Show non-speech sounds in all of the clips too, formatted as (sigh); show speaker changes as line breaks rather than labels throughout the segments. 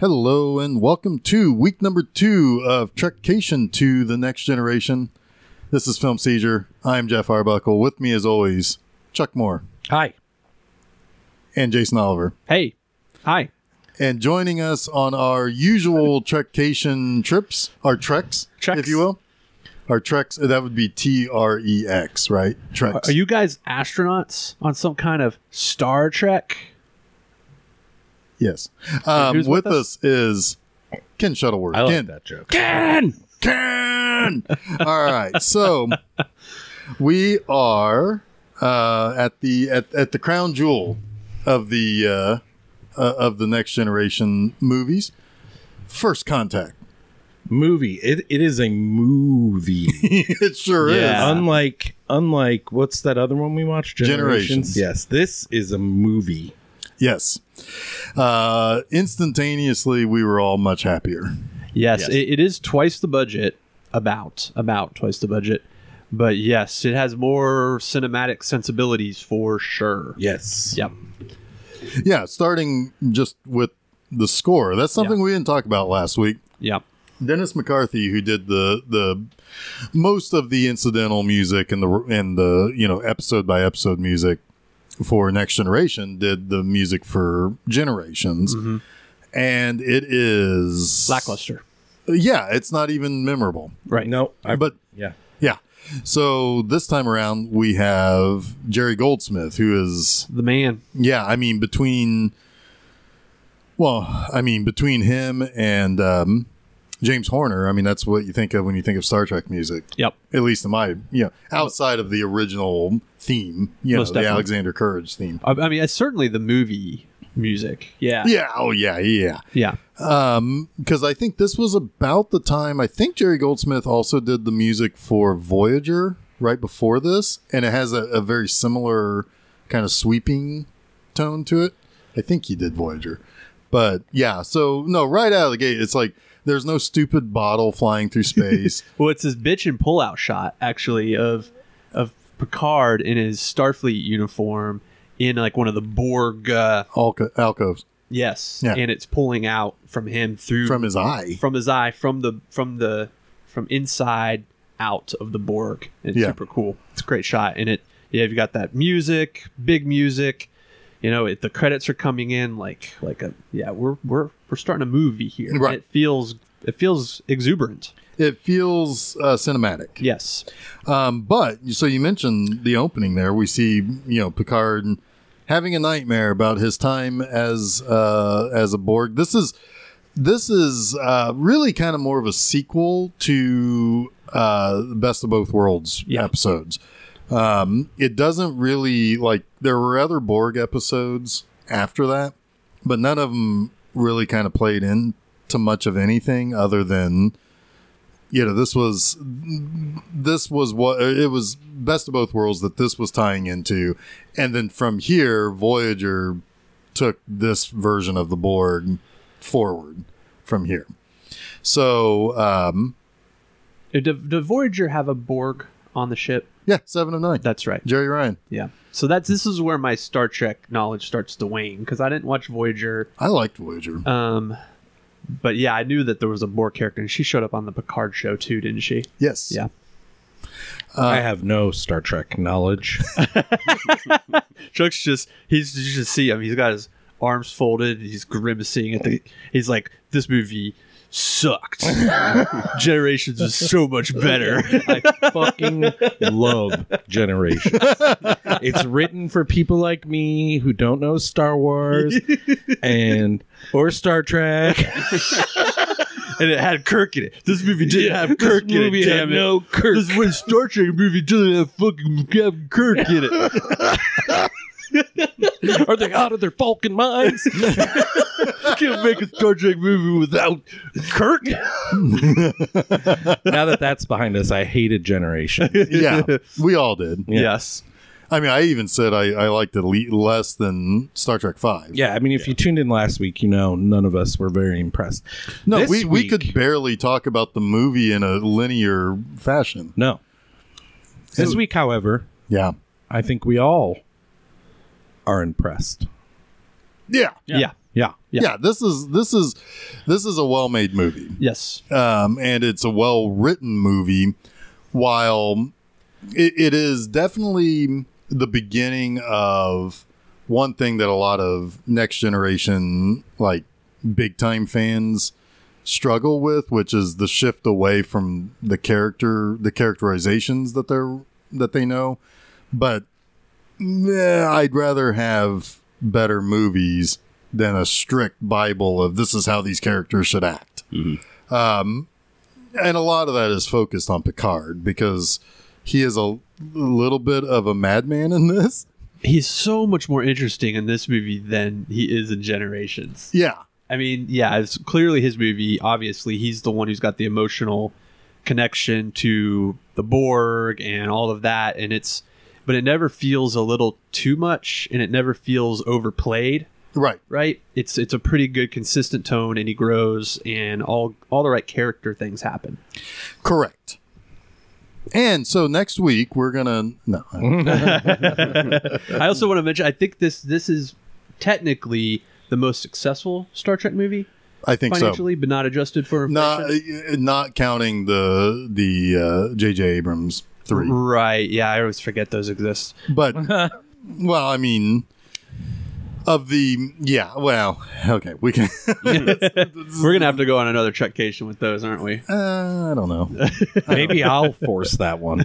Hello and welcome to week number two of Trekcation to the Next Generation. This is Film Seizure. I'm Jeff Arbuckle. With me, as always, Chuck Moore
Hi.
and Jason Oliver.
Hey. Hi.
And joining us on our usual Trekcation trips, our treks,
Treks.
if you will, our treks. That would be T R E X, right? Treks.
Are you guys astronauts on some kind of Star Trek?
Yes. Um,
who's
with,
with
us? is Ken Shuttleworth.
I like
Ken.
that joke.
Ken!
Ken! All right. So we are uh, at the at, at the crown jewel of the uh, uh, of the next generation movies. First contact. (laughs)
Movie. It, it is a movie.
it sure
(laughs) Yeah.
is.
unlike unlike what's that other one we watched?
Generations.
Yes, this is a movie.
Yes. Uh, instantaneously, we were all much happier.
Yes,
Yes.
It, it is twice the budget, about, about twice the budget. But yes, it has more cinematic sensibilities for sure.
Yes.
Yep.
Yeah. Starting just with the score. That's something we didn't talk about last week.
Yep.
Dennis McCarthy, who did the the most of the incidental music and the and the you know episode by episode music for Next Generation, did the music for Generations, and it is
Lackluster.
Yeah, it's not even memorable,
Right.
No. I,
but
yeah.
yeah. So this time around, we have Jerry Goldsmith, who is
The man.
yeah, I mean between well, I mean between him and um, James Horner, I mean that's what you think of when you think of Star Trek music.
Yep.
At least in my you know, outside of the original theme, you know,
Most
the
definitely.
Alexander Courage theme.
I, I mean, it's certainly the movie music. Yeah.
Yeah, oh yeah, yeah.
Yeah.
Um because I think this was about the time I think Jerry Goldsmith also did the music for Voyager right before this and it has a, a very similar kind of sweeping tone to it. I think he did Voyager. But yeah, so no, right out of the gate it's like there's no stupid bottle flying through space.
Well, it's his bitch and pullout shot actually of of Picard in his Starfleet uniform in like one of the Borg. Uh,
Alco- alcoves
yes,
Yeah.
and it's pulling out from him through
from his eye.
from his eye from the from the from inside out of the Borg. It's
Yeah.
super cool. It's a great shot, and it yeah, you've got that music, big music. You know, it, the credits are coming in like like a yeah, we're we're we're starting a movie here.
Right.
It feels it feels exuberant.
It feels uh, cinematic.
Yes.
Um, but so you mentioned the opening there. We see you know Picard having a nightmare about his time as uh, as a Borg. This is this is uh, really kind of more of a sequel to uh, Best of Both Worlds
Yeah.
episodes. Um, it doesn't really like there were other Borg episodes after that, but none of them really kind of played into much of anything other than you know this was this was what uh, it was best of both worlds that this was tying into and then from here voyager took this version of the borg forward from here so um
Did, did Voyager have a Borg on the ship?
yeah seven of nine
That's right.
jerry ryan
Yeah. So that's this is where my Star Trek knowledge starts to wane because I didn't watch Voyager.
i liked voyager
Uh,
Um, but yeah, I knew that there was a Borg character, and she showed up on the Picard show too, didn't she?
yes
Yeah. uh,
I have no Star
(laughs)
Trek knowledge.
Chuck's just he's you should see him. He's got his arms folded. And he's grimacing at the. He's like, this movie sucked. Generations is so much better.
I fucking love
(laughs)
Generations. It's written for people like me who don't know Star Wars and or
(laughs)
Star Trek.
and it had Kirk in it. This movie didn't have Kirk
This
in
movie
it.
had
Damn it.
no Kirk.
This one Star Trek movie doesn't have fucking Captain Kirk in it.
Are they out of their
(laughs)
fucking minds?
Can't make a Star Trek movie without Kirk. (laughs)
now that that's behind us, I hated Generations.
yeah
(laughs)
we all did
Yeah.
Yes.
i mean i even said i, I liked it le- less than star trek 5
Yeah, I mean, if you tuned in last week, you know none of us were very impressed.
no
This
we, we
week-
could barely talk about the movie in a linear fashion
No. This week, however,
yeah
I think we all are impressed.
yeah
Yeah.
Yeah.
Yeah.
Yeah. this is this is this is a well-made movie,
Yes.
um, and it's a well-written movie. While it, it is definitely the beginning of one thing that a lot of next generation, like big time fans, struggle with, which is the shift away from the character, the characterizations that they're that they know. But eh, I'd rather have better movies than a strict Bible of this is how these characters should act. Um, and a lot of that is focused on Picard because he is a little bit of a madman in this.
He's so much more interesting in this movie than he is in Generations.
Yeah.
I mean, yeah, it's clearly his movie. Obviously, he's the one who's got the emotional connection to the Borg and all of that. And it's, but it never feels a little too much and it never feels overplayed.
Right.
right? It's it's a pretty good consistent tone, and he grows, and all all the right character things happen.
Correct. And so next week we're gonna no
I also want to mention, I think this this is technically the most successful Star Trek movie
I think so
financially, but not adjusted for
not
inflation.
uh, not counting the the uh, J.J. Abrams three
Right? Yeah, I always forget those
(laughs)
exist. (laughs)
but well I mean of the yeah well okay we can (laughs)
We're gonna have to go on another trekcation with those, aren't we?
uh, I don't (laughs) know
(laughs) Maybe I'll force that one.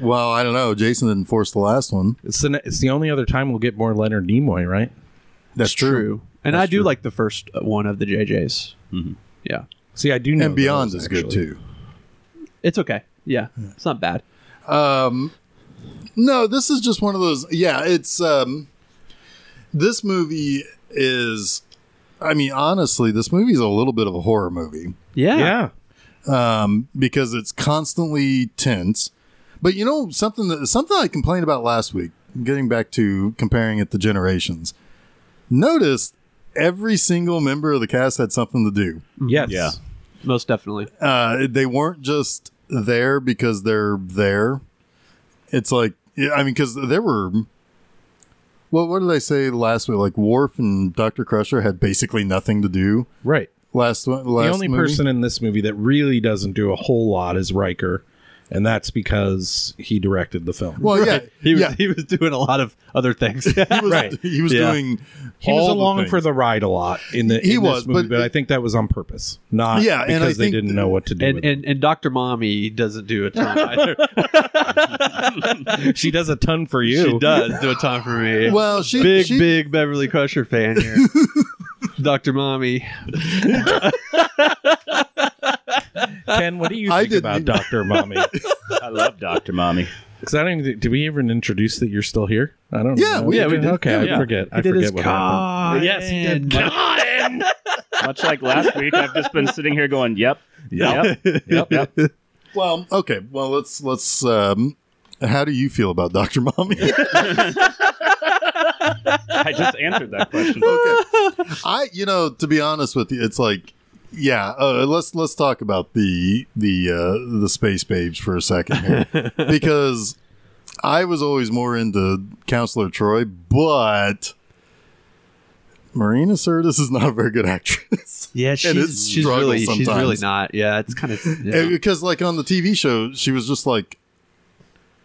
well I don't know Jason didn't force the last one
It's the, it's the only other time we'll get more Leonard Nimoy, right?
that's true,
And
That's
I do
true. Mm-hmm.
like the first one of the JJs. Yeah,
See, I do know.
and Beyond
those,
is good
actually.
too
it's okay. Yeah, it's not bad.
um no this is just one of those yeah it's um this movie is i mean honestly this movie is a little bit of a horror movie
Yeah,
Yeah. Mm-hmm.
um because it's constantly tense but you know something that something i complained about last week getting back to comparing it to generations notice every single member of the cast had something to do
Yes.
Yeah.
most definitely.
uh, they weren't just there because they're there. It's like yeah, I mean, because there were. What what did I say last week? Like Worf and Doctor Crusher had basically nothing to do
Right.
last one. Last
the only
movie.
person in this movie that really doesn't do a whole lot is Riker, and that's because he directed the film.
Well, yeah,
He was
yeah,
he was doing a lot of other things.
he
(laughs)
was,
right.
He was
Yeah.
doing.
he was
all the
along for
things.
the ride a lot in the
He
in
was,
this movie,
but
but,
it-
I think that was on purpose, not
Yeah, and I
because they
think
didn't
th-
know what to do.
and
with it.
and, and Dr. Mommy doesn't
(laughs)
do a ton (laughs) either.
she does a ton (laughs) for you.
she does do a ton for me.
Well, she
big
she,
big Beverly Crusher fan
(laughs)
here. Dr. Mommy.
Ken, what do
(laughs)
you
I
think about
didn't- (laughs)
Doctor Mommy?
I love Dr. Mommy.
Because I don't. Even, did we even introduce that you're still here? I don't.
Yeah,
know.
we- yeah, we did.
Okay,
Yeah.
I forget. I forget what happened.
Yes, he did. Much like last week, I've just been sitting here going, yep,
Yep. (laughs) Yep. yep.
Well, okay. Well, let's let's. Um, how do you feel about Doctor Mommy? (laughs)
I just answered that question.
okay. I, you know, to be honest with you, it's like, yeah. Uh, let's let's talk about the the uh, the space babes for a second here, because I was always more into Counselor Troy, but Marina Sirtis is not a very good actress.
Yeah,
it's
she's, she's
struggle
really she's really
sometimes.
not. (laughs) Yeah, it's kind of
And Because, like on the TV show, she was just like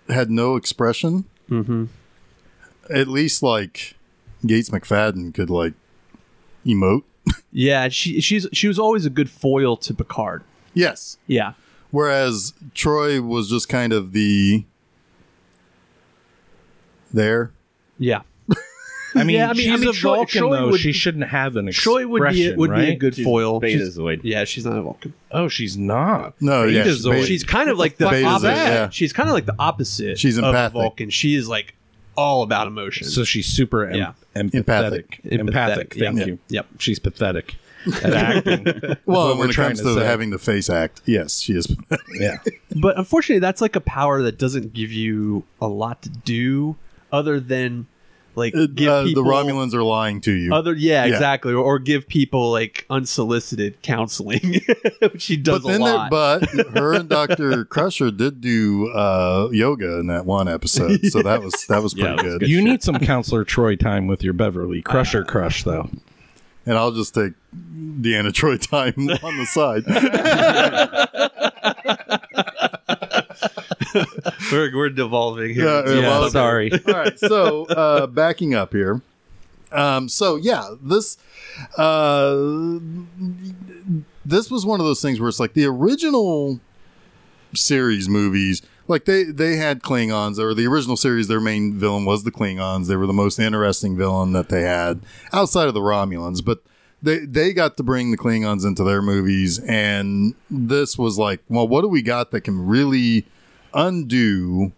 had no expression.
Mhm.
At least like Gates McFadden could like emote.
Yeah, she she's she was always a good foil to Picard.
Yes,
Yeah.
Whereas Troy was just kind of the there.
Yeah.
I mean,
Yeah, I mean-
she's
I mean,
a
Troy-
Vulcan,
Troy
though.
would-
she shouldn't have an expression,
Troy would be would be a
right?
good foil. She's-
Betazoid.
yeah, she's not a Vulcan.
Oh, she's not.
No, Oh, yeah,
Betazoid.
she's beta-
She's kind of like the,
the fuck is
opposite.
that? Yeah.
She's kind of like the opposite
She's empathic.
of a Vulcan. She is like all about emotion.
so she's super em-
Yeah.
empathetic.
Empathetic.
Empathic. Thank
Yeah.
you.
Yep.
She's pathetic
(laughs)
at acting.
Well,
what
when
we're
it
trying
comes
to
to,
say.
having the face act, yes, she is. (laughs)
yeah.
but unfortunately that's like a power that doesn't give you a lot to do other than like
Uh,
give
the
people
Romulans are lying to you.
other yeah,
Yeah.
exactly or, or give people like unsolicited counseling (laughs) which she does
but
a
there-
lot
but her and Doctor Crusher did do uh, yoga in that one episode, so that was that was pretty
Yeah, it was
good.
good.
Uh, You need some Counselor Troy time with your Beverly Crusher crush, though.
and I'll just take Deanna Troy (laughs) time on the side.
We're, we're devolving here.
Yeah,
It's
yeah.
all
well,
sorry.
All right, so uh, backing up here. Um, so yeah, this uh, this was one of those things where it's like the original series movies, like they they had Klingons, or the original series, their main villain was the Klingons. They were the most interesting villain that they had outside of the Romulans, but. They, they got to bring the Klingons into their movies, and this was like, well, what do we got that can really undo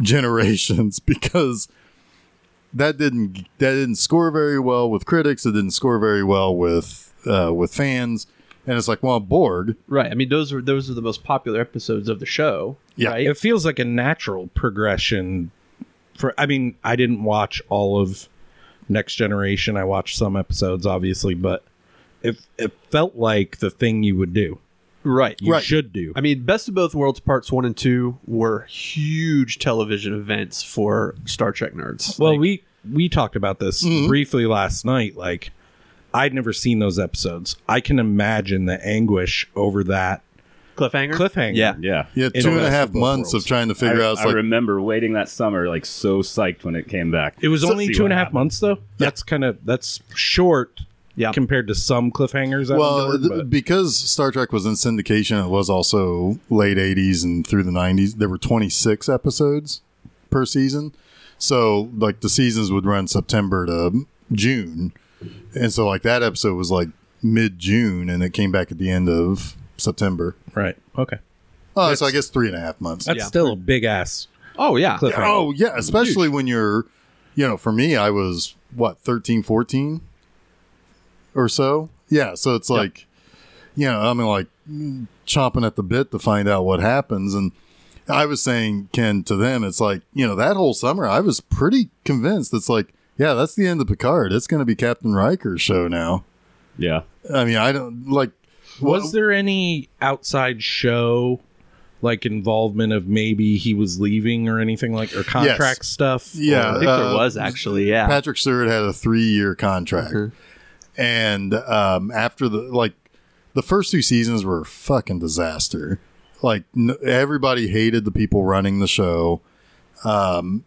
generations (laughs) because that didn't that didn't score very well with critics. It didn't score very well with uh, with fans, and it's like, well, Borg,
Right. I mean, those were those are the most popular episodes of the show.
Yeah.
Right.
It feels like a natural progression. For I mean, I didn't watch all of Next Generation. I watched some episodes, obviously, but it it felt like the thing you would do.
right.
You
Right.
should do.
I mean, Best of Both Worlds parts one and two were huge television events for Star Trek nerds.
Well,
Like,
we we talked about this briefly last night. Like, I'd never seen those episodes. I can imagine the anguish over that
cliffhanger.
cliffhanger.
Yeah.
Yeah.
yeah,
In
two and
the
a
best
half
of both
months
worlds.
of trying to figure
I,
out. It's
I
like,
remember waiting that summer, like so psyched when it came back.
It was
Let's
only
see
two
what
and a half
happens.
months, though. That's kind of that's short
Yeah.
compared to some cliffhangers. I've
well,
endured,
th-
but-
because Star Trek was in syndication, it was also late '80s and through the '90s. There were 26 episodes per season, so like the seasons would run September to June, and so like that episode was like mid June, and it came back at the end of September.
right? Okay,
Oh, so I guess three and a half months.
that's
Yeah.
still a big ass
Oh yeah.
cliffhanger.
Oh, yeah. Especially when you're, you know, for me, I was, what, 13, 14 or so? Yeah. So it's like, you know, I mean, like mm, chomping at the bit to find out what happens. And I was saying, Ken, to them, it's like, you know, that whole summer, I was pretty convinced it's like, yeah, that's the end of Picard. It's going to be Captain Riker's show now.
Yeah.
I mean, I don't like.
Was there any outside show like involvement of maybe he was leaving or anything like or contract stuff?
Yeah.
I think
uh,
there was actually. Yeah.
Patrick Stewart had a three year contract.
Mhm.
And um, after the, like, the first two seasons were a fucking disaster. Like, n- everybody hated the people running the show. Um,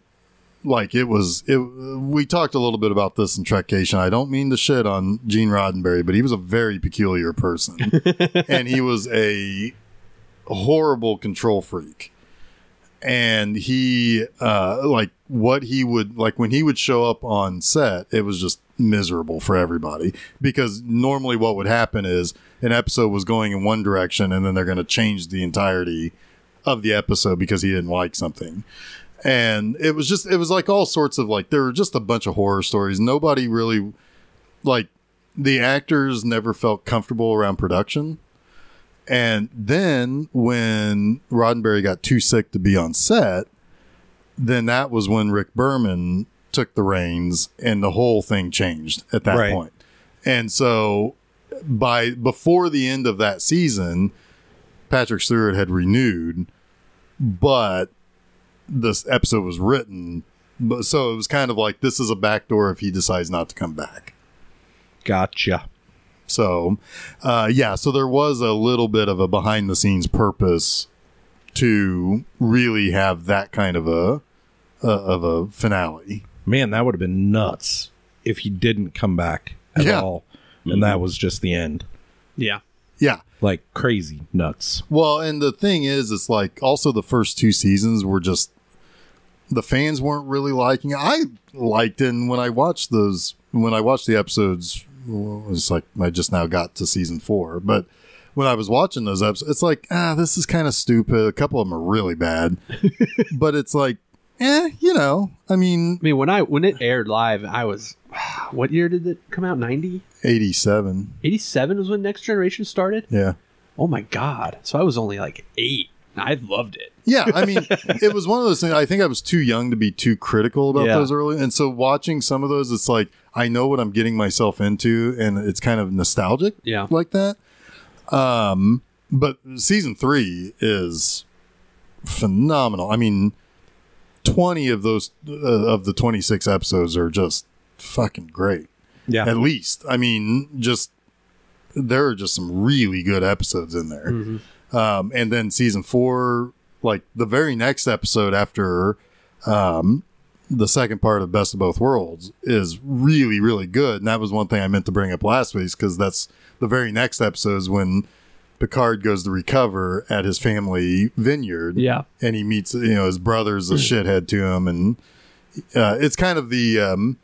like, it was, it, we talked a little bit about this in Trekcation. I don't mean to shit on Gene Roddenberry, but he was a very peculiar person. and he was a horrible control freak and he uh like what he would like when he would show up on set it was just miserable for everybody because normally what would happen is an episode was going in one direction and then they're going to change the entirety of the episode because he didn't like something and it was just it was like all sorts of like there were just a bunch of horror stories nobody really like the actors never felt comfortable around production and then when Roddenberry got too sick to be on set, then that was when Rick Berman took the reins and the whole thing changed at that
Right.
point. And so by before the end of that season, Patrick Stewart had renewed, but this episode was written. But so it was kind of like this is a backdoor if he decides not to come back.
Gotcha.
So, uh, yeah, so there was a little bit of a behind the scenes purpose to really have that kind of a uh, of a finale.
Man, that would have been nuts if he didn't come back at
Yeah.
all. And that was just the end.
yeah.
Yeah.
Like crazy nuts.
Well, and the thing is, it's like also the first two seasons were just the fans weren't really liking. it. I liked it and when I watched those when I watched the episodes. well, It was like I just now got to season four, but when I was watching those episodes, it's like ah, this is kind of stupid. A couple of them are really bad, but it's like eh, you know. I mean,
I mean, when I when it aired live, I was. (sighs) What year did it come out? 90?
eighty seven.
87 was when Next Generation started.
Yeah.
Oh my god! So I was only like eight. I loved it.
Yeah, I
(laughs)
mean, it was one of those things. I think I was too young to be too critical about
Yeah.
those early, and so watching some of those, it's like I know what I'm getting myself into, and it's kind of nostalgic,
Yeah.
like that. Um, but season three is phenomenal. I mean, twenty of those uh, of the twenty six episodes are just fucking great.
Yeah.
at least. I mean, just there are just some really good episodes in there. Um, and then season four, like the very next episode after um, the second part of Best of Both Worlds, is really, really good. And that was one thing I meant to bring up last week because that's the very next episode is when Picard goes to recover at his family vineyard
Yeah.
and he meets you know his brother's a shithead to him and uh, it's kind of the um,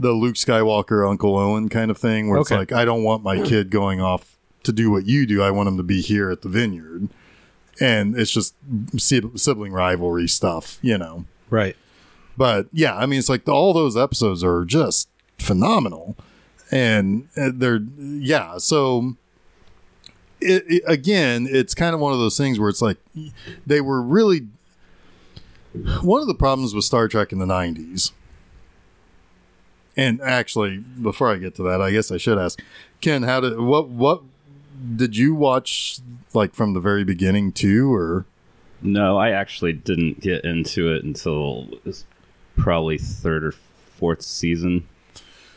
the Luke Skywalker Uncle Owen kind of thing where it's
Okay.
like I don't want my kid going off to do what you do I want him to be here at the vineyard and it's just sib- sibling rivalry stuff you know
Right.
but yeah I mean it's like all those episodes are just phenomenal and uh, they're yeah so it, it- again it's kind of one of those things where it's like they were really one of the problems with Star Trek in the 90s and actually before I get to that I guess I should ask Ken how did what what did you watch like from the very beginning too or
No, I actually didn't get into it until it was probably third or fourth season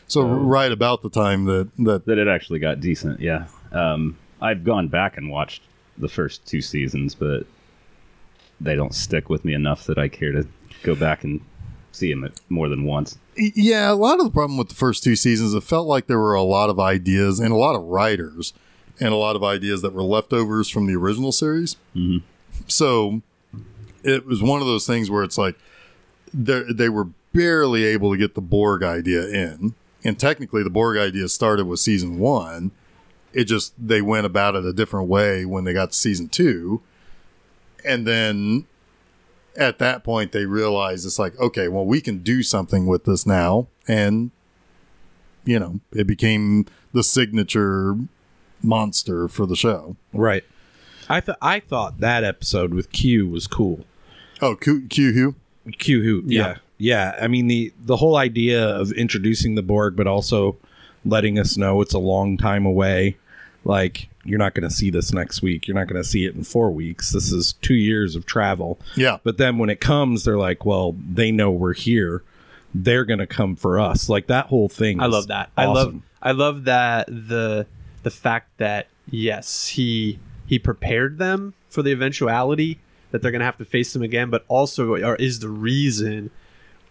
so right about the time that that
that it actually got decent. Yeah, um, I've gone back and watched the first two seasons, but they don't stick with me enough that I care to go back and see them more than once.
Yeah, a lot of the problem with the first two seasons, it felt like there were a lot of ideas and a lot of writers and a lot of ideas that were leftovers from the original series. So it was one of those things where it's like they they were barely able to get the Borg idea in, and technically the Borg idea started with season one. It just they went about it a different way when they got to season two, and then at that point they realize it's like okay well we can do something with this now and you know it became the signature monster for the show
Right. I th- I thought that episode with Q was cool.
oh q, q who
Q who yeah. yeah I mean the the whole idea of introducing the Borg but also letting us know it's a long time away like you're not going to see this next week you're not going to see it in 4 weeks this is 2 years of travel
yeah
but then when it comes they're like well they know we're here they're going to come for us like that whole thing
I
is
love that. I love
awesome.
I love that the the fact that yes, he he prepared them for the eventuality that they're going to have to face them again, but also are, is the reason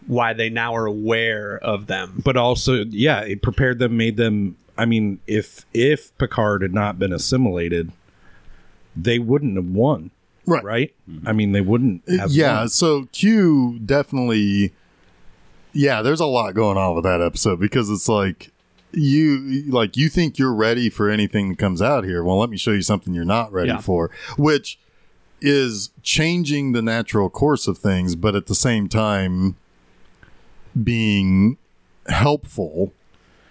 why they now are aware of them.
but also yeah it prepared them made them i mean if if picard had not been assimilated they wouldn't have won
right
right i mean they wouldn't have
yeah
won.
so q definitely yeah there's a lot going on with that episode because it's like you like you think you're ready for anything that comes out here well let me show you something you're not ready
Yeah.
for which is changing the natural course of things but at the same time being helpful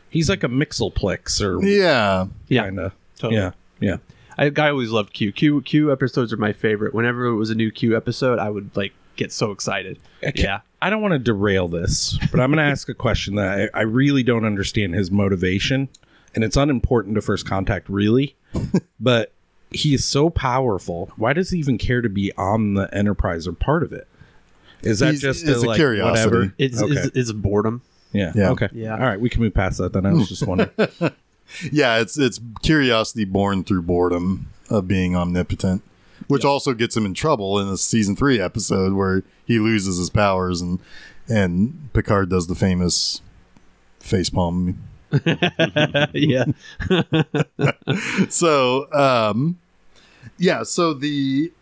he's like a mixelplex or
yeah
Yeah.
kind of
Totally.
yeah yeah
I, I always loved Q. Q Q episodes are my favorite. Whenever it was a new Q episode, I would like get so excited. Yeah.
i don't want to derail this but i'm going to ask a question that I, I really don't understand his motivation and it's unimportant to first contact really
(laughs)
but he is so powerful why does he even care to be on the enterprise or part of it is that
He's-
just
it's a
like,
curiosity.
whatever
It's
Okay.
it's, it's boredom. (laughs)
Yeah.
Yeah.
Okay.
Yeah.
All right. We can move past that. Then I was just wondering.
yeah it's it's curiosity born through boredom of being omnipotent which also gets him in trouble in the season three episode where he loses his powers and and picard does the famous facepalm
yeah.
(laughs) so um yeah so the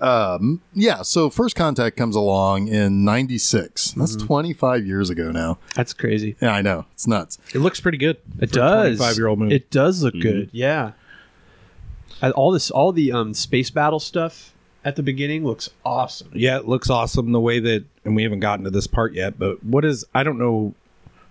um yeah so first contact comes along in 96 that's
Mm-hmm.
25 years ago now
That's crazy.
yeah i know it's nuts
(laughs) it looks pretty good.
It does.
Five year old movie.
It does
Mm-hmm.
look good. Yeah. I, all this, all the um, space battle stuff at the beginning looks awesome.
yeah, it looks awesome. The way that, and we haven't gotten to this part yet, but what is? I don't know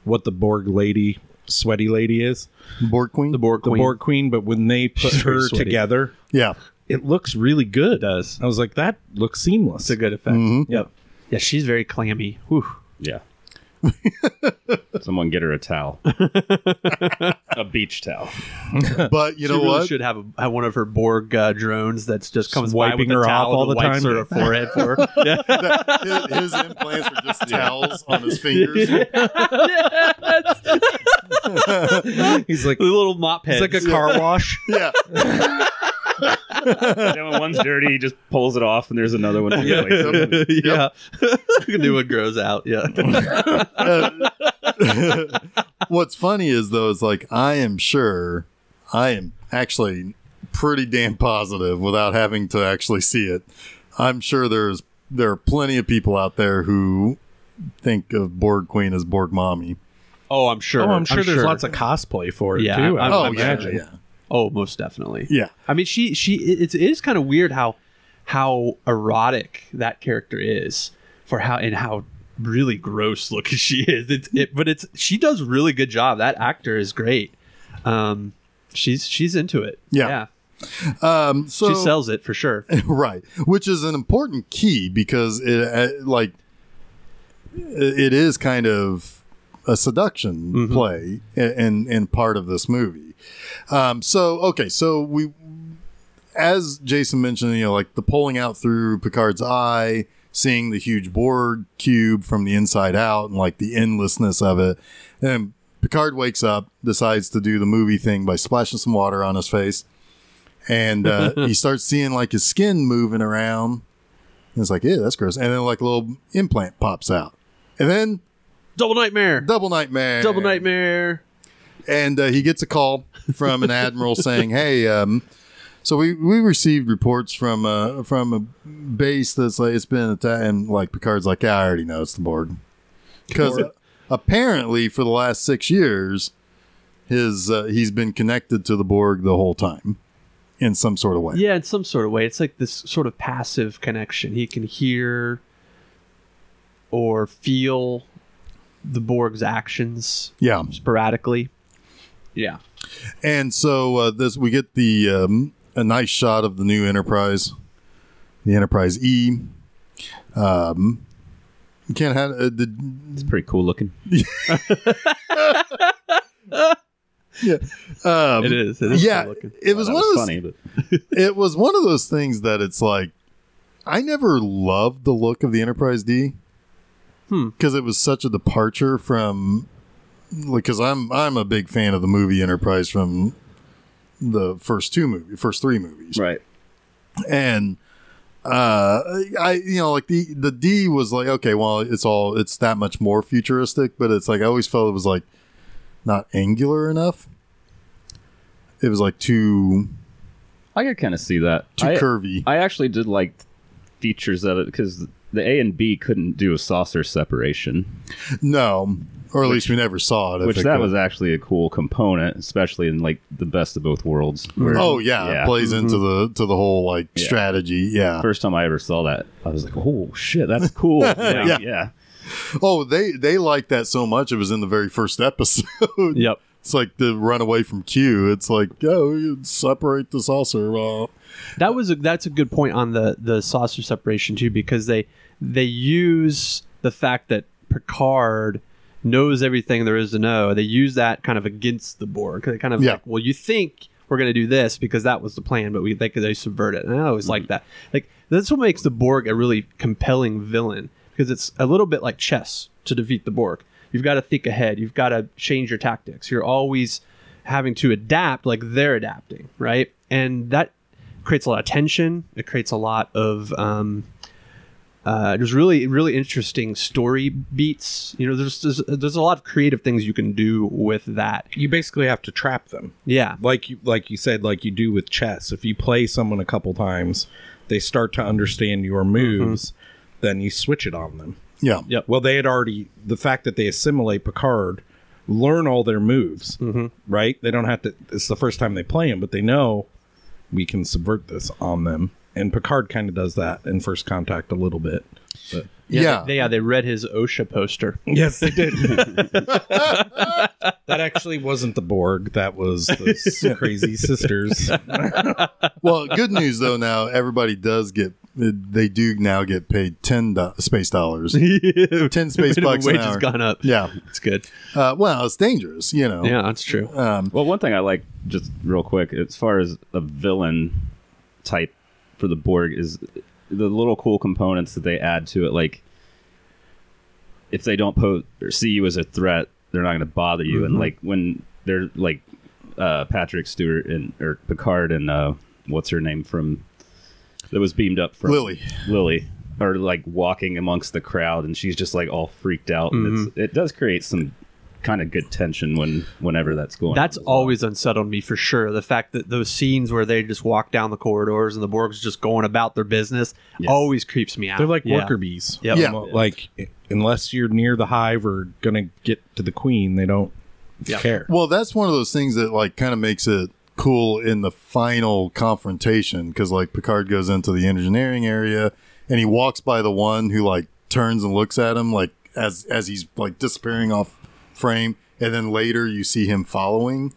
what the Borg lady, sweaty lady is.
borg queen
Borg
The Borg Queen. But
(laughs)
when they put
She's very
her
sweaty.
together,
yeah
it looks really good.
does.
I was like, that looks seamless.
It's a good
Mm.
effect. (laughs)
Mhm.
Yep. Yeah, she's very clammy. Whew.
Yeah. Someone get her a towel, a beach towel.
but you
she
know
really
what
Should have, a, have one of her Borg uh, drones that just comes by
wiping
with a
her off
towel
all
and
the
wipes
time.
Her forehead
(laughs)
for her.
(laughs)
Yeah.
(laughs)
his, his implants are just towels on his fingers.
(laughs) He's
(laughs) The
like
little mop heads.
it's like a car wash.
yeah.
Then when one's dirty, he just pulls it off, and there's another one. to replace
(laughs)
it.
yeah. a new one grows out. Yeah.
What's funny is though is like I am sure I am actually pretty damn positive without having to actually see it. I'm sure there's there are plenty of people out there who think of Borg Queen as Borg Mommy.
oh, I'm (laughs) sure.
Oh, I'm sure there's lots of cosplay for it
Yeah,
too. I
I'm-
would
oh yeah,
imagine.
yeah,
Oh, most definitely.
yeah.
I mean, she she it, it is kind of weird how how erotic that character is for how and how really gross looking (laughs) she is. It's it, but it's she does really good job. That actor is great. Um, she's she's into it.
Yeah. Um, so
she sells it for
(laughs)
sure.
(laughs) right which is an important key because it uh, like it it is kind of a seduction play a- and and part of this movie um so okay so we as jason mentioned you know like the pulling out through picard's eye seeing the huge borg cube from the inside out and like the endlessness of it and picard wakes up decides to do the movie thing by splashing some water on his face and
(laughs)
uh, he starts seeing like his skin moving around. And it's like, yeah, that's gross. And then like a little implant pops out, and then
Double nightmare.
double nightmare,
Double nightmare.
and uh, he gets a call from an
(laughs)
admiral saying, "Hey, um, so we we received reports from uh, from a base that's like it's been attacked." And like Picard's like, "Yeah, I already know it's the Borg," because apparently for the last six years, his uh, he's been connected to the Borg the whole time in some sort of way.
Yeah, in some sort of way, it's like this sort of passive connection. He can hear or feel the Borg's actions
yeah.
sporadically. Yeah.
And so uh, this we get the um, a nice shot of the new Enterprise, the Enterprise E. Um, you can't have uh, the
It's pretty cool looking.
um,
It is. It is
yeah,
cool looking.
it was
Oh, That
one of those.
funny, but
It was one of those things that it's like I never loved the look of the Enterprise D
Hmm.
because it was such a departure from because I'm I'm a big fan of the movie Enterprise from the first two movie first three movies
right.
and uh i you know like the the d was like okay well it's all it's that much more futuristic but it's like i always felt it was like not angular enough it was like too
I could kind of see that.
too
I,
curvy
I actually did like features of it because the A and B couldn't do a saucer separation,
no or at least we never saw it if
which
it
that
could.
was actually a cool component, especially in like the best of both worlds. where-
oh yeah, it plays into the to the whole like
Mm-hmm. Yeah.
strategy yeah
First time I ever saw that, I was like, "Oh shit, that's
(laughs)
cool!" yeah,
Yeah.
yeah.
oh they they liked that so much it was in the very first (laughs) episode
Yep.
it's like the run away from q it's like oh you separate the saucer uh, well
That was a, that's a good point on the the saucer separation too because they they use the fact that Picard knows everything there is to know. They use that kind of against the Borg. They kind of
Yeah.
like, well, you think we're going to do this because that was the plan, but we they they subvert it. And I always like that. Like that's what makes the Borg a really compelling villain because it's a little bit like chess to defeat the Borg. You've got to think ahead. You've got to change your tactics. You're always having to adapt like they're adapting, right? And that creates a lot of tension. It creates a lot of um, uh, there's really really interesting story beats. You know, there's, there's there's a lot of creative things you can do with that.
You basically have to trap them.
Yeah,
like you like you said like you do with chess if you play someone a couple times they start to understand your
Mm-hmm.
moves then you switch it on them
yeah
Yep.
well they had already the fact that they assimilate picard learn all their moves right they don't have to it's the first time they play him but they know we can subvert this on them and picard kind of does that in first contact a little bit but
yeah,
They, yeah, they read his OSHA poster.
yes they (laughs) did that actually wasn't the borg that was (laughs) the crazy sisters
well, good news though. Now everybody does get. They do now get paid ten do- space dollars, (laughs) ten
(laughs)
space bucks an
Wage
hour.
has gone up.
Yeah. Oh.
it's good.
Uh, well, it's dangerous, you know.
Yeah, that's true.
Um,
Well, one thing I like, just real quick, as far as a villain type for the Borg, is the little cool components that they add to it. Like, if they don't po- or see you as a threat, they're not going to bother you.
Mm-hmm.
And like when they're like uh, Patrick Stewart and or Picard and uh, what's her name from that was beamed up from
Lily.
Lily are like walking amongst the crowd, and she's just like all freaked out. And
Mm-hmm.
it's, it does create some kind of good tension when whenever that's going.
That's
on.
always unsettled me for sure. The fact that those scenes where they just walk down the corridors and the Borg's just going about their business always creeps me out.
They're like
Yeah.
worker bees.
Yep.
Yeah.
Well, Like unless you're near the hive or gonna get to the queen, they don't care.
Well, that's one of those things that like kind of makes it cool in the final confrontation because like Picard goes into the engineering area and he walks by the one who like turns and looks at him like as as he's like disappearing off frame, and then later you see him following,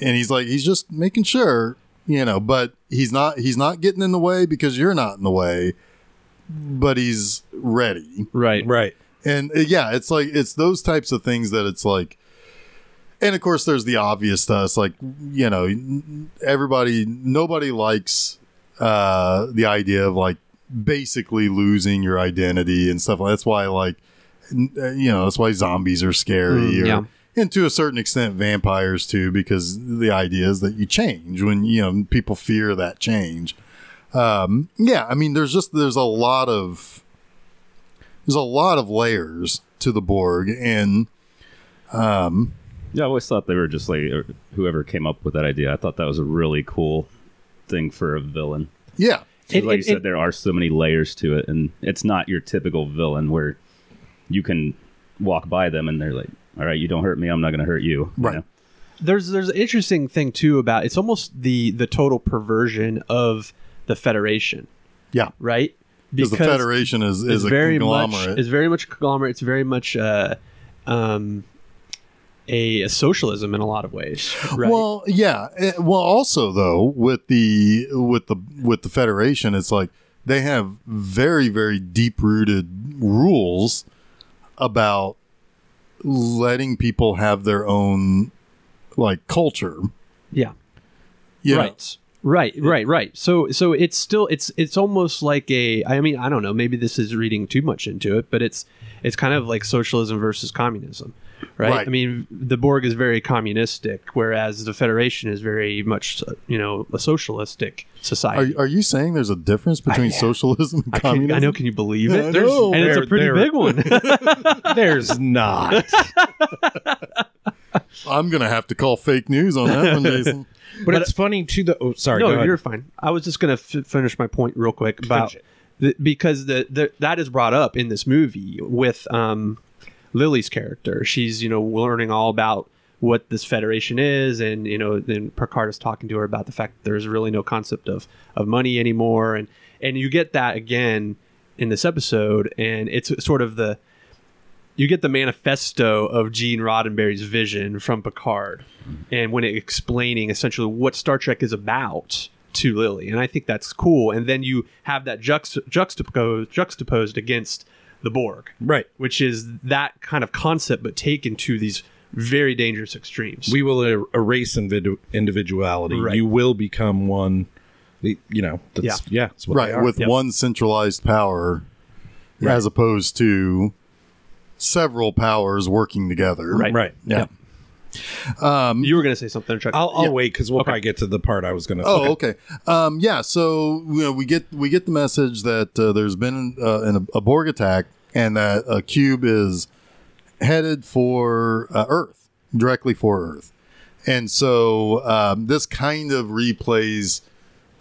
and he's like he's just making sure you know, but he's not he's not getting in the way because you're not in the way, but he's ready
Right.
Right.
and uh, yeah it's like it's those types of things that it's like and of course there's the obvious to us like you know n- everybody nobody likes uh the idea of like basically losing your identity and stuff that's why like n- uh, you know that's why zombies are scary
Mm,
or,
yeah.
and to a certain extent vampires too because the idea is that you change when you know people fear that change um yeah i mean there's just there's a lot of there's a lot of layers to the Borg, and
Yeah, I always thought they were just like or whoever came up with that idea. I thought that was a really cool thing for a villain.
yeah,
'Cause
It-
like
it-
you said,
it-
there are so many layers to it, and it's not your typical villain where you can walk by them and they're like, "All right, you don't hurt me. I'm not going to hurt you." you
Right.
know?
(laughs)
there's there's an interesting thing too about it's almost the the total perversion of the Federation,
yeah,
right?
because the Federation is
it's
is a
very much
conglomerate.
it's very much a conglomerate. It's very much uh, um, a, a socialism in a lot of ways. Right?
Well, yeah. Eh, Well, also though, with the with the with the Federation, it's like they have very very deep rooted rules about letting people have their own like culture.
yeah.
You know?
Right. Right, right, right. So so it's still it's it's almost like a I mean, I don't know, maybe this is reading too much into it, but it's it's kind of like socialism versus communism. Right?
Right.
I mean, the Borg is very communistic whereas the Federation is very much, you know, a socialistic
Are,
society.
are you saying there's a difference between socialism and
I, can-
communism?
I know can you believe
I
it? There's-
know.
and it's a
There-
pretty
there-
big one.
There's not.
I'm gonna have to call fake news on that one,
(laughs)
Jason.
But, it's funny too. The oh, sorry. go
no,
ahead.
you're fine. I was just gonna f- finish my point real quick about
Finish it.
the, because the, the that is brought up in this movie with um, Lily's character. She's you know learning all about what this federation is, and you know then Picard is talking to her about the fact that there's really no concept of of money anymore, and and you get that again in this episode, and it's sort of the you get the manifesto of Gene Roddenberry's vision from Picard, and when it explaining essentially what Star Trek is about to Lily, and I think that's cool. And then you have that juxt- juxtaposed, juxtaposed against the Borg,
right.
which is that kind of concept, but taken to these very dangerous extremes.
We will er- erase individu- individuality.
Right.
You will become one. the- You know. That's, yeah. it's what they
right
are.
with
Yep.
one centralized power as opposed to several powers working together
Right.
Right.
yeah
you were going to say something, Chuck.
I'll, I'll wait because we'll probably get to the part I was going to.
(laughs) oh okay um yeah so you know, we get we get the message that uh, there's been uh, an, a borg attack and that a cube is headed for uh, earth directly for earth and so um, this kind of replays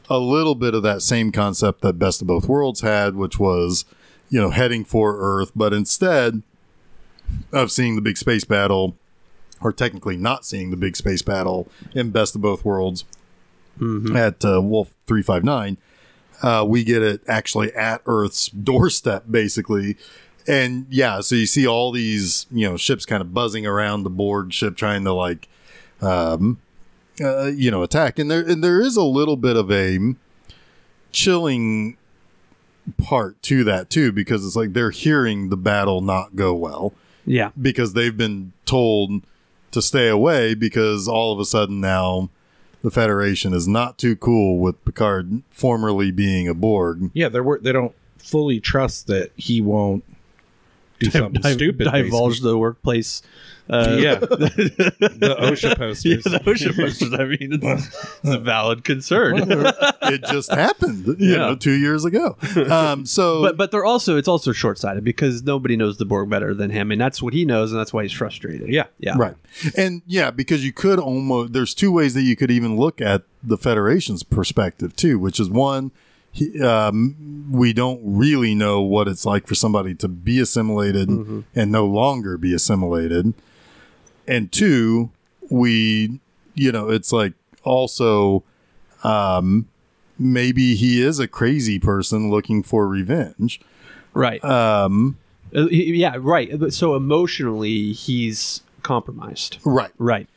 a little bit of that same concept that Best of Both Worlds had, which was, you know, heading for Earth, but instead of seeing the big space battle, or technically not seeing the big space battle in Best of Both Worlds at uh, Wolf 359, uh, we get it actually at Earth's (laughs) doorstep, basically. And yeah, so you see all these, you know, ships kind of buzzing around the board ship trying to like, um, uh, you know, attack. And there, and there is a little bit of a chilling part to that too, because it's like they're hearing the battle not go well
yeah,
because they've been told to stay away because all of a sudden now the Federation is not too cool with Picard formerly being a Borg.
Yeah, they're wor- they don't fully trust that he won't do something
Div-
stupid.
divulge
basically.
the workplace. Uh,
yeah, the OSHA
yeah, (laughs)
posters.
the OSHA posters. I mean, it's, it's a valid concern.
it just (laughs) happened, you
Yeah.
know, two years ago. Um, so,
but but they're also it's also short sighted because nobody knows the Borg better than him, and that's what he knows, and that's why he's frustrated.
Yeah.
yeah,
right, and yeah, because you could almost there's two ways that you could even look at the Federation's perspective too, which is one, he, um, we don't really know what it's like for somebody to be assimilated
Mm-hmm.
and no longer be assimilated, and two, we, you know, it's like also. Um, maybe he is a crazy person looking for revenge.
right.
Um,
Uh, he- yeah, right. But So emotionally, he's compromised.
right.
Right.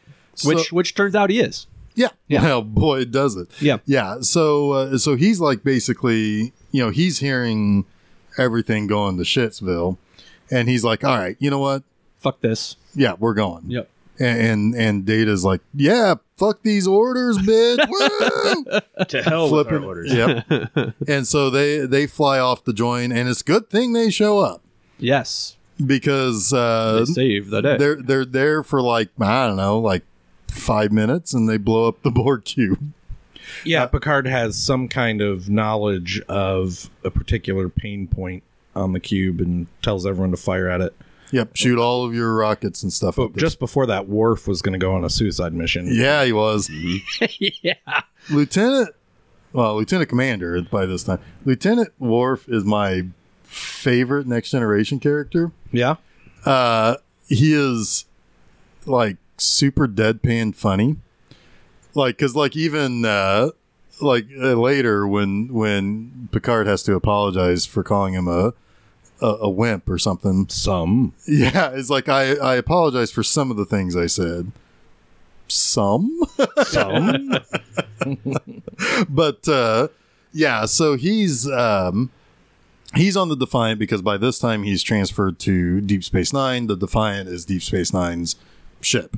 which which turns out he is.
Yeah.
Yeah.
Well, boy, it does it.
Yeah.
Yeah. So, uh, so he's like basically, you know, he's hearing everything going to Shitsville, and he's like, "All right, you know what?
Fuck this.
Yeah, we're going."
Yep.
And and, and Data's like, "Yeah, fuck these orders, bitch." Woo!
to hell with our
Flipping.
orders.
Yep. and so they they fly off the joint, and it's a good thing they show up
Yes.
because uh,
They save the day.
they're they're there for like I don't know, like five minutes, and they blow up the Borg cube.
(laughs) Yeah, Picard has some kind of knowledge of a particular pain point on the cube and tells everyone to fire at it.
Yep, shoot all of your rockets and stuff. up
But
there.
just before that, Worf was going to go on a suicide mission.
yeah, he was
yeah.
lieutenant. Well, lieutenant commander by this time. Lieutenant Worf is my favorite Next Generation character.
Yeah.
Uh, he is like super deadpan funny, like because like even uh, like uh, later when when Picard has to apologize for calling him a a, a wimp or something.
Some.
Yeah, it's like I I apologize for some of the things I said. Some.
Some.
(laughs) but uh yeah so he's um he's on the defiant because by this time he's transferred to deep space nine the defiant is deep space nine's ship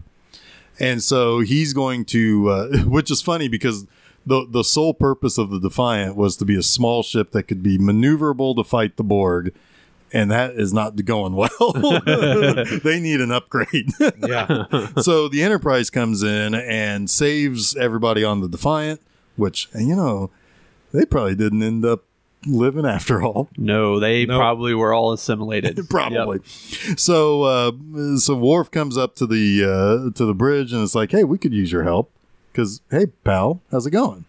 and so he's going to uh, (laughs) which is funny because the the sole purpose of the defiant was to be a small ship that could be maneuverable to fight the borg and that is not going well they need an upgrade
yeah.
(laughs) so the Enterprise comes in and saves everybody on the Defiant, which you know they probably didn't end up living after all. (laughs)
No, they
Nope.
probably were all assimilated.
Probably. So uh, so Worf comes up to the uh, to the bridge and it's like, hey, we could use your help because hey, pal, how's it going?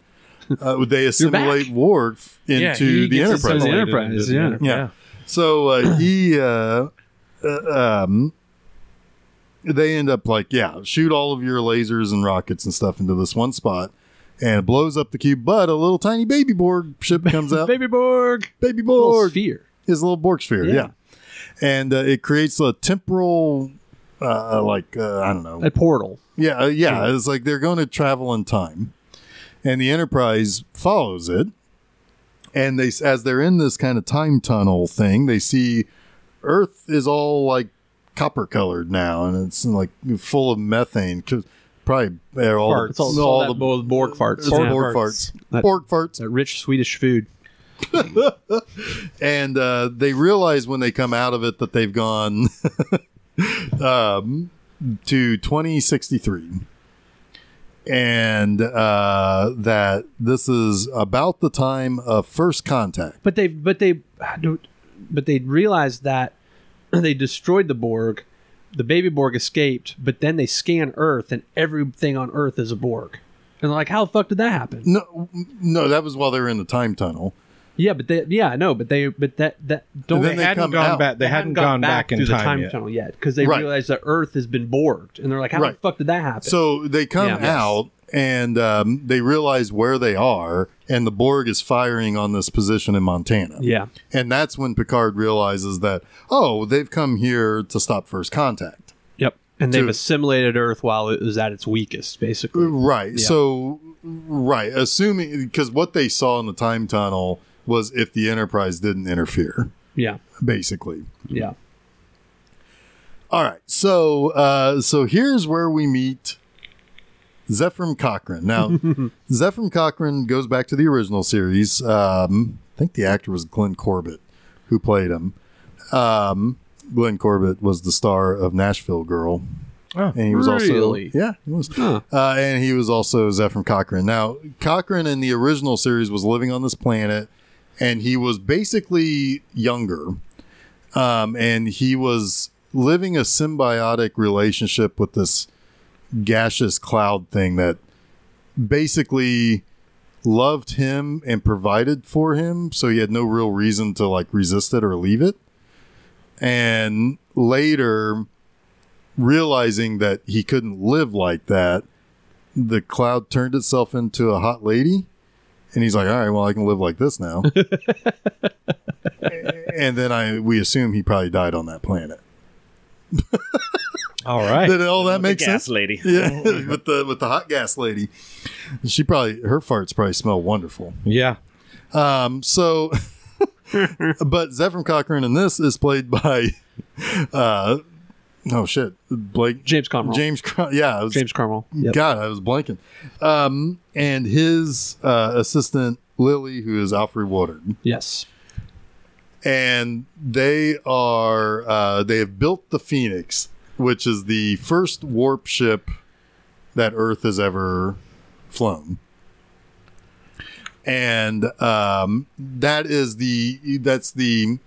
Uh, they assimilate Worf into the Enterprise.
assimilated. Enterprise, yeah.
Yeah. So uh, (clears throat) he, uh, uh, um, they end up like, yeah, shoot all of your lasers and rockets and stuff into this one spot, and it blows up the cube. But a little tiny baby Borg
(laughs)
ship comes out.
Baby Borg.
baby
Little
Borg
sphere.
is a little Borg sphere, yeah,
Yeah.
and uh, it creates a temporal, uh, like uh, I don't know,
A portal.
yeah, uh, yeah. It's like they're going to travel in time, and the Enterprise follows it. And they, as they're in this kind of time tunnel thing, they see Earth is all like copper colored now, and it's like full of methane. 'cause Probably they're all,
Farts.
It's all, it's
all
all
the
that Bo- Borg farts.
Borg,
Yeah.
Borg
farts.
farts, Borg farts,
That rich Swedish food.
and uh, they realize when they come out of it that they've gone (laughs) um, to 2063 and uh, that this is about the time of first contact
But they, but they, but they realized that (clears throat) they destroyed the Borg. The baby Borg escaped, but then they scan Earth, and everything on Earth is a Borg. And they're like, how the fuck did that happen?
no no that was while they were in the time tunnel
Yeah, but they, yeah, I know, but they, but that, that don't
And
They,
then they
hadn't
come
gone
out.
back. They, hadn't gone, back, in
through
time,
the time
yet.
tunnel yet because they
Right.
realized that Earth has been Borged, and they're like, how the
Right.
fuck did that happen?
so they come
Yeah.
out and um, they realize where they are and the borg is firing on this position in montana
yeah,
and that's when picard realizes that oh they've come here to stop first contact
yep. And they've
To-
assimilated Earth while it was at its weakest, basically.
Right. So, right. Assuming because what they saw in the time tunnel was if the Enterprise didn't interfere,
Yeah,
basically.
yeah.
All right. So, uh, so here's where we meet Zephram Cochrane. Now, Zephram Cochrane goes back to the original series. Um, I think the actor was Glenn Corbett who played him. Um, Glenn Corbett was the star of Nashville Girl.
Oh,
and he was
really?
also yeah, he was.
Huh.
Uh, and he was also Zephyr Cochran. Now, Cochran in the original series was living on this planet, and he was basically younger, um, and he was living a symbiotic relationship with this gaseous cloud thing that basically loved him and provided for him so he had no real reason to like resist it or leave it and later realizing that he couldn't live like that the cloud turned itself into a hot lady and he's like all right well i can live like this
(laughs)
now and then i we assume he probably died on that planet
all right.
did all that make
the
sense
gas lady.
yeah, (laughs) with the with the hot gas lady, she probably her farts probably smell wonderful.
Yeah.
Um, so, (laughs) but Zephyr Cochran in this is played by, (laughs) uh, oh shit, Blake
James Conroy. James,
James. Cro- yeah, I was,
Cromwell.
God, I was blanking. Um, and his uh, assistant Lily, who is Alfred Woodard
Yes.
and they are uh, they have built the Phoenix, which is the first warp ship that Earth has ever flown. And um, that is the that's the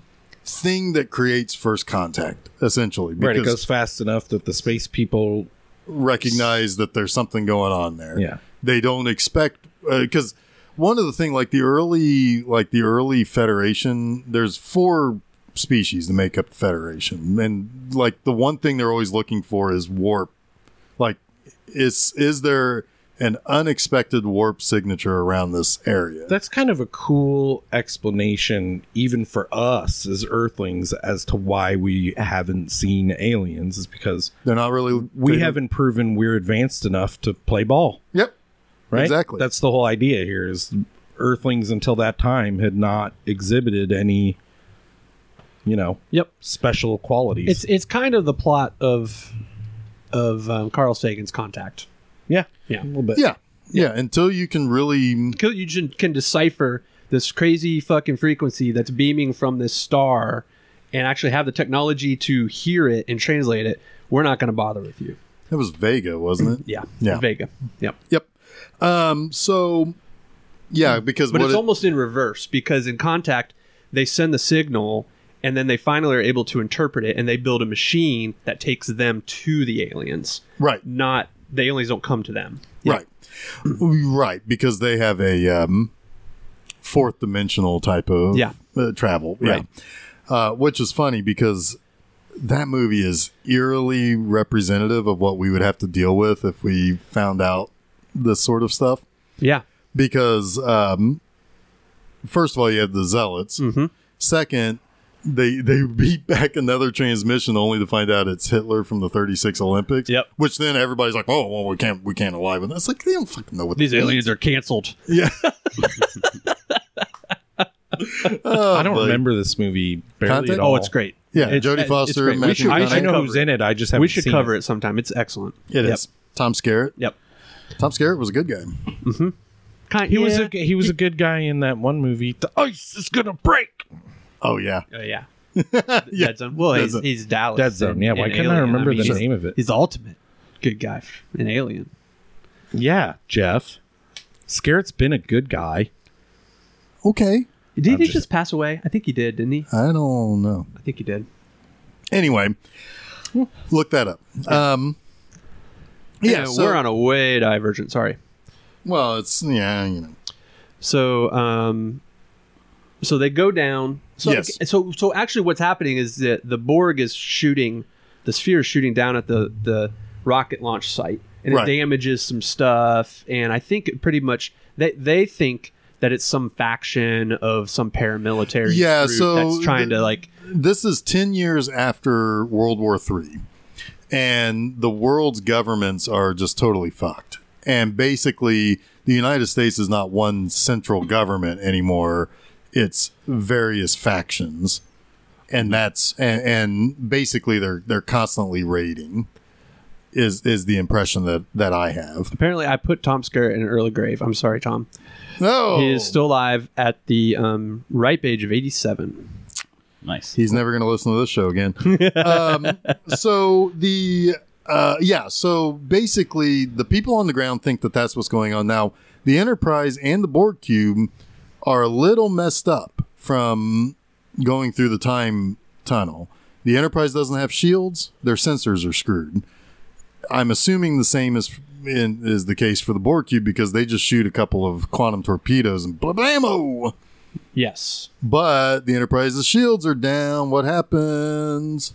thing that creates first contact, essentially,
Right. It
because
goes fast enough that the space people.
recognize that there's something going on there
Yeah.
they don't expect because one of the thing like the early like the early federation there's four species to make up the federation and like the one thing they're always looking for is warp like is is there an unexpected warp signature around this area
That's kind of a cool explanation, even for us as Earthlings, as to why we haven't seen aliens, is because
they're not really
we
they-
haven't proven we're advanced enough to play ball.
yep
right?
Exactly.
That's the whole idea here is Earthlings until that time had not exhibited any, you know,
Yep.
special qualities.
It's it's kind of the plot of of um, Carl Sagan's Contact.
yeah,
Yeah.
a little bit.
yeah yeah until you can really
Kill- You can- can decipher this crazy fucking frequency that's beaming from this star, and actually have the technology to hear it and translate it. We're not going to bother with you.
it was vega wasn't it
Yeah.
Yeah.
Vega. Yep.
yep um so yeah because
But
what
it's
it-
almost in reverse because in contact, they send the signal and then they finally are able to interpret it and they build a machine that takes them to the aliens,
right
not the aliens don't come to them.
Right. Right, because they have a um, fourth dimensional type of
Yeah.
uh, travel.
Right.
Yeah. Uh, which is funny because that movie is eerily representative of what we would have to deal with if we found out this sort of stuff.
Yeah.
Because, um, first of all, you have the zealots.
Mhm.
Second, they they (laughs) beat back another transmission only to find out it's Hitler from the 36 Olympics.
Yep.
Which then everybody's like, oh, well, we can't we can't ally with that. It's like they don't fucking know what
These
the-
aliens are canceled.
yeah. (laughs) Oh,
I don't
but-
remember this movie barely
Contact?
at all.
Oh, it's great.
Yeah,
It's-
Jodie
it's
Foster,
great. We
Matthew
should-
I, I
McConaughey.
know
cover
who's
it.
in it. I just haven't
we should
seen
cover it. sometime. It's excellent.
It is. Tom Skerritt.
Yep.
Tom Skerritt was a good guy.
Kind,
He was a he was a good guy in that one movie. The ice is gonna break.
Oh yeah.
Oh, yeah.
(laughs) Yeah.
Dead Zone. Well,
Dead
he's,
Zone.
he's Dallas.
Dead Zone, yeah,
in-
why
in
couldn't I
Alien.
remember the
he's-
name of it?
He's the ultimate good guy f- in Alien.
Yeah, Jeff. Scarrett's been a good guy.
Okay.
Did he
just-
just pass away? I think he did, didn't he?
I don't know.
I think he did.
Anyway, look that up. Um. Yeah.
Anyway,
so-
we're on a way divergent. Sorry.
Well, it's yeah. You know.
So, um, so they go down. So,
Yes.
So, so actually, what's happening is that the Borg is shooting the sphere is shooting down at the the rocket launch site, and
Right.
it damages some stuff. And I think it pretty much they they think that it's some faction of some paramilitary
Yeah,
group
so
that's trying
the-
to like
This is ten years after World War Three, and the world's governments are just totally fucked. And basically, the United States is not one central government anymore; it's various factions, and that's and, and basically they're they're constantly raiding. Is is the impression that that I have?
apparently I put Tom Skerritt in an early grave. I'm sorry, Tom.
No, Oh.
He is still alive at the um, ripe age of 87.
Nice.
He's never going to listen to this show again. um, so the uh, yeah, so basically, the people on the ground think that that's what's going on now. The Enterprise and the Borg cube are a little messed up from going through the time tunnel. The Enterprise doesn't have shields; their sensors are screwed. I'm assuming the same is in, is the case for the Borg cube because they just shoot a couple of quantum torpedoes and blah blammo.
Yes.
But the Enterprise's shields are down. What happens?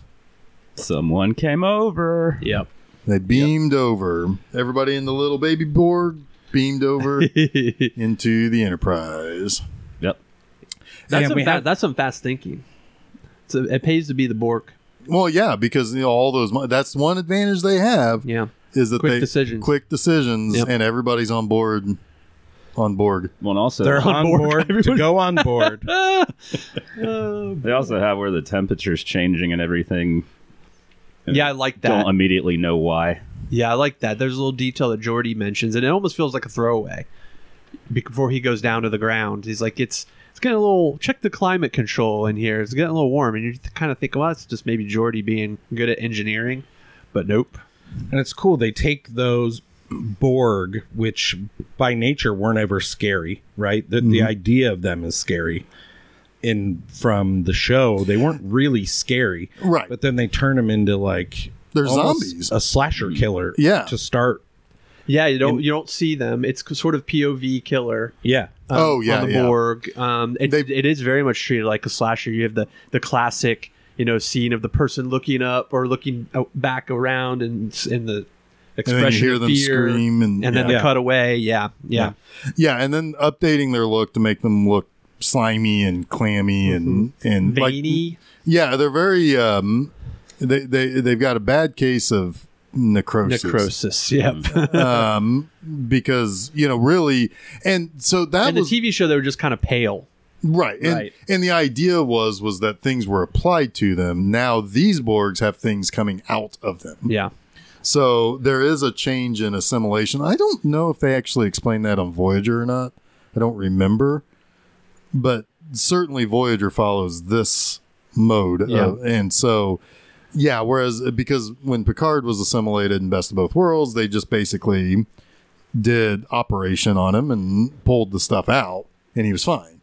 Someone came over.
Yep.
They beamed over. Everybody in the little baby Borg beamed
(laughs)
over
that's
into the Enterprise.
Yep.
Yeah,
some
we
fa-
have-
that's some fast thinking. So it pays to be the Borg.
Well, yeah, because you know, all those mo- that's one advantage they have
Yeah.
is that
Quick
they
decisions.
quick decisions
Yep.
and everybody's on board on board.
Well, and also
They're on
board,
board, to
(laughs) everyone.
go on board.
they also have where the temperature's changing and everything.
yeah, I like that.
Don't immediately know why.
Yeah, I like that. There's a little detail that Jordy mentions, and it almost feels like a throwaway. Before he goes down to the ground, he's like, "It's it's getting a little check the climate control in here. It's getting a little warm," and you kind of think, "Well, that's just maybe Jordy being good at engineering," but nope.
And it's cool. They take those Borg, which by nature weren't ever scary, right? The,
Mm-hmm.
the idea of them is scary. In from the show, they weren't really scary,
Right.
But then they turn them into like
They're
almost
zombies.
a slasher killer,
Yeah.
To start,
Yeah, you don't you don't see them. It's sort of POV killer.
yeah,
um,
Oh, yeah,
on the
yeah.
Borg. Um, it,
They-
it is very much treated like a slasher. You have the the classic, you know, scene of the person looking up or looking out- back around, and s- and the
And then you
expression
hear
of
them
fear,
scream and,
and then
yeah.
the cutaway. Yeah, yeah,
yeah, and then updating their look to make them look slimy and clammy and
Mm-hmm.
and like
veiny.
Yeah, they're very. Um, they they they've got a bad case of necrosis.
Necrosis, yeah,
um, because you know really, and so that
and the
was
TV show they were just kind of pale.
right. And,
right.
and the idea was was that things were applied to them. Now these Borgs have things coming out of them.
Yeah,
So there is a change in assimilation. I don't know if they actually explained that on Voyager or not. I don't remember. But certainly Voyager follows this mode. of-
Yeah.
and so, yeah, whereas because when Picard was assimilated in Best of Both Worlds, they just basically did operation on him and pulled the stuff out and he was fine.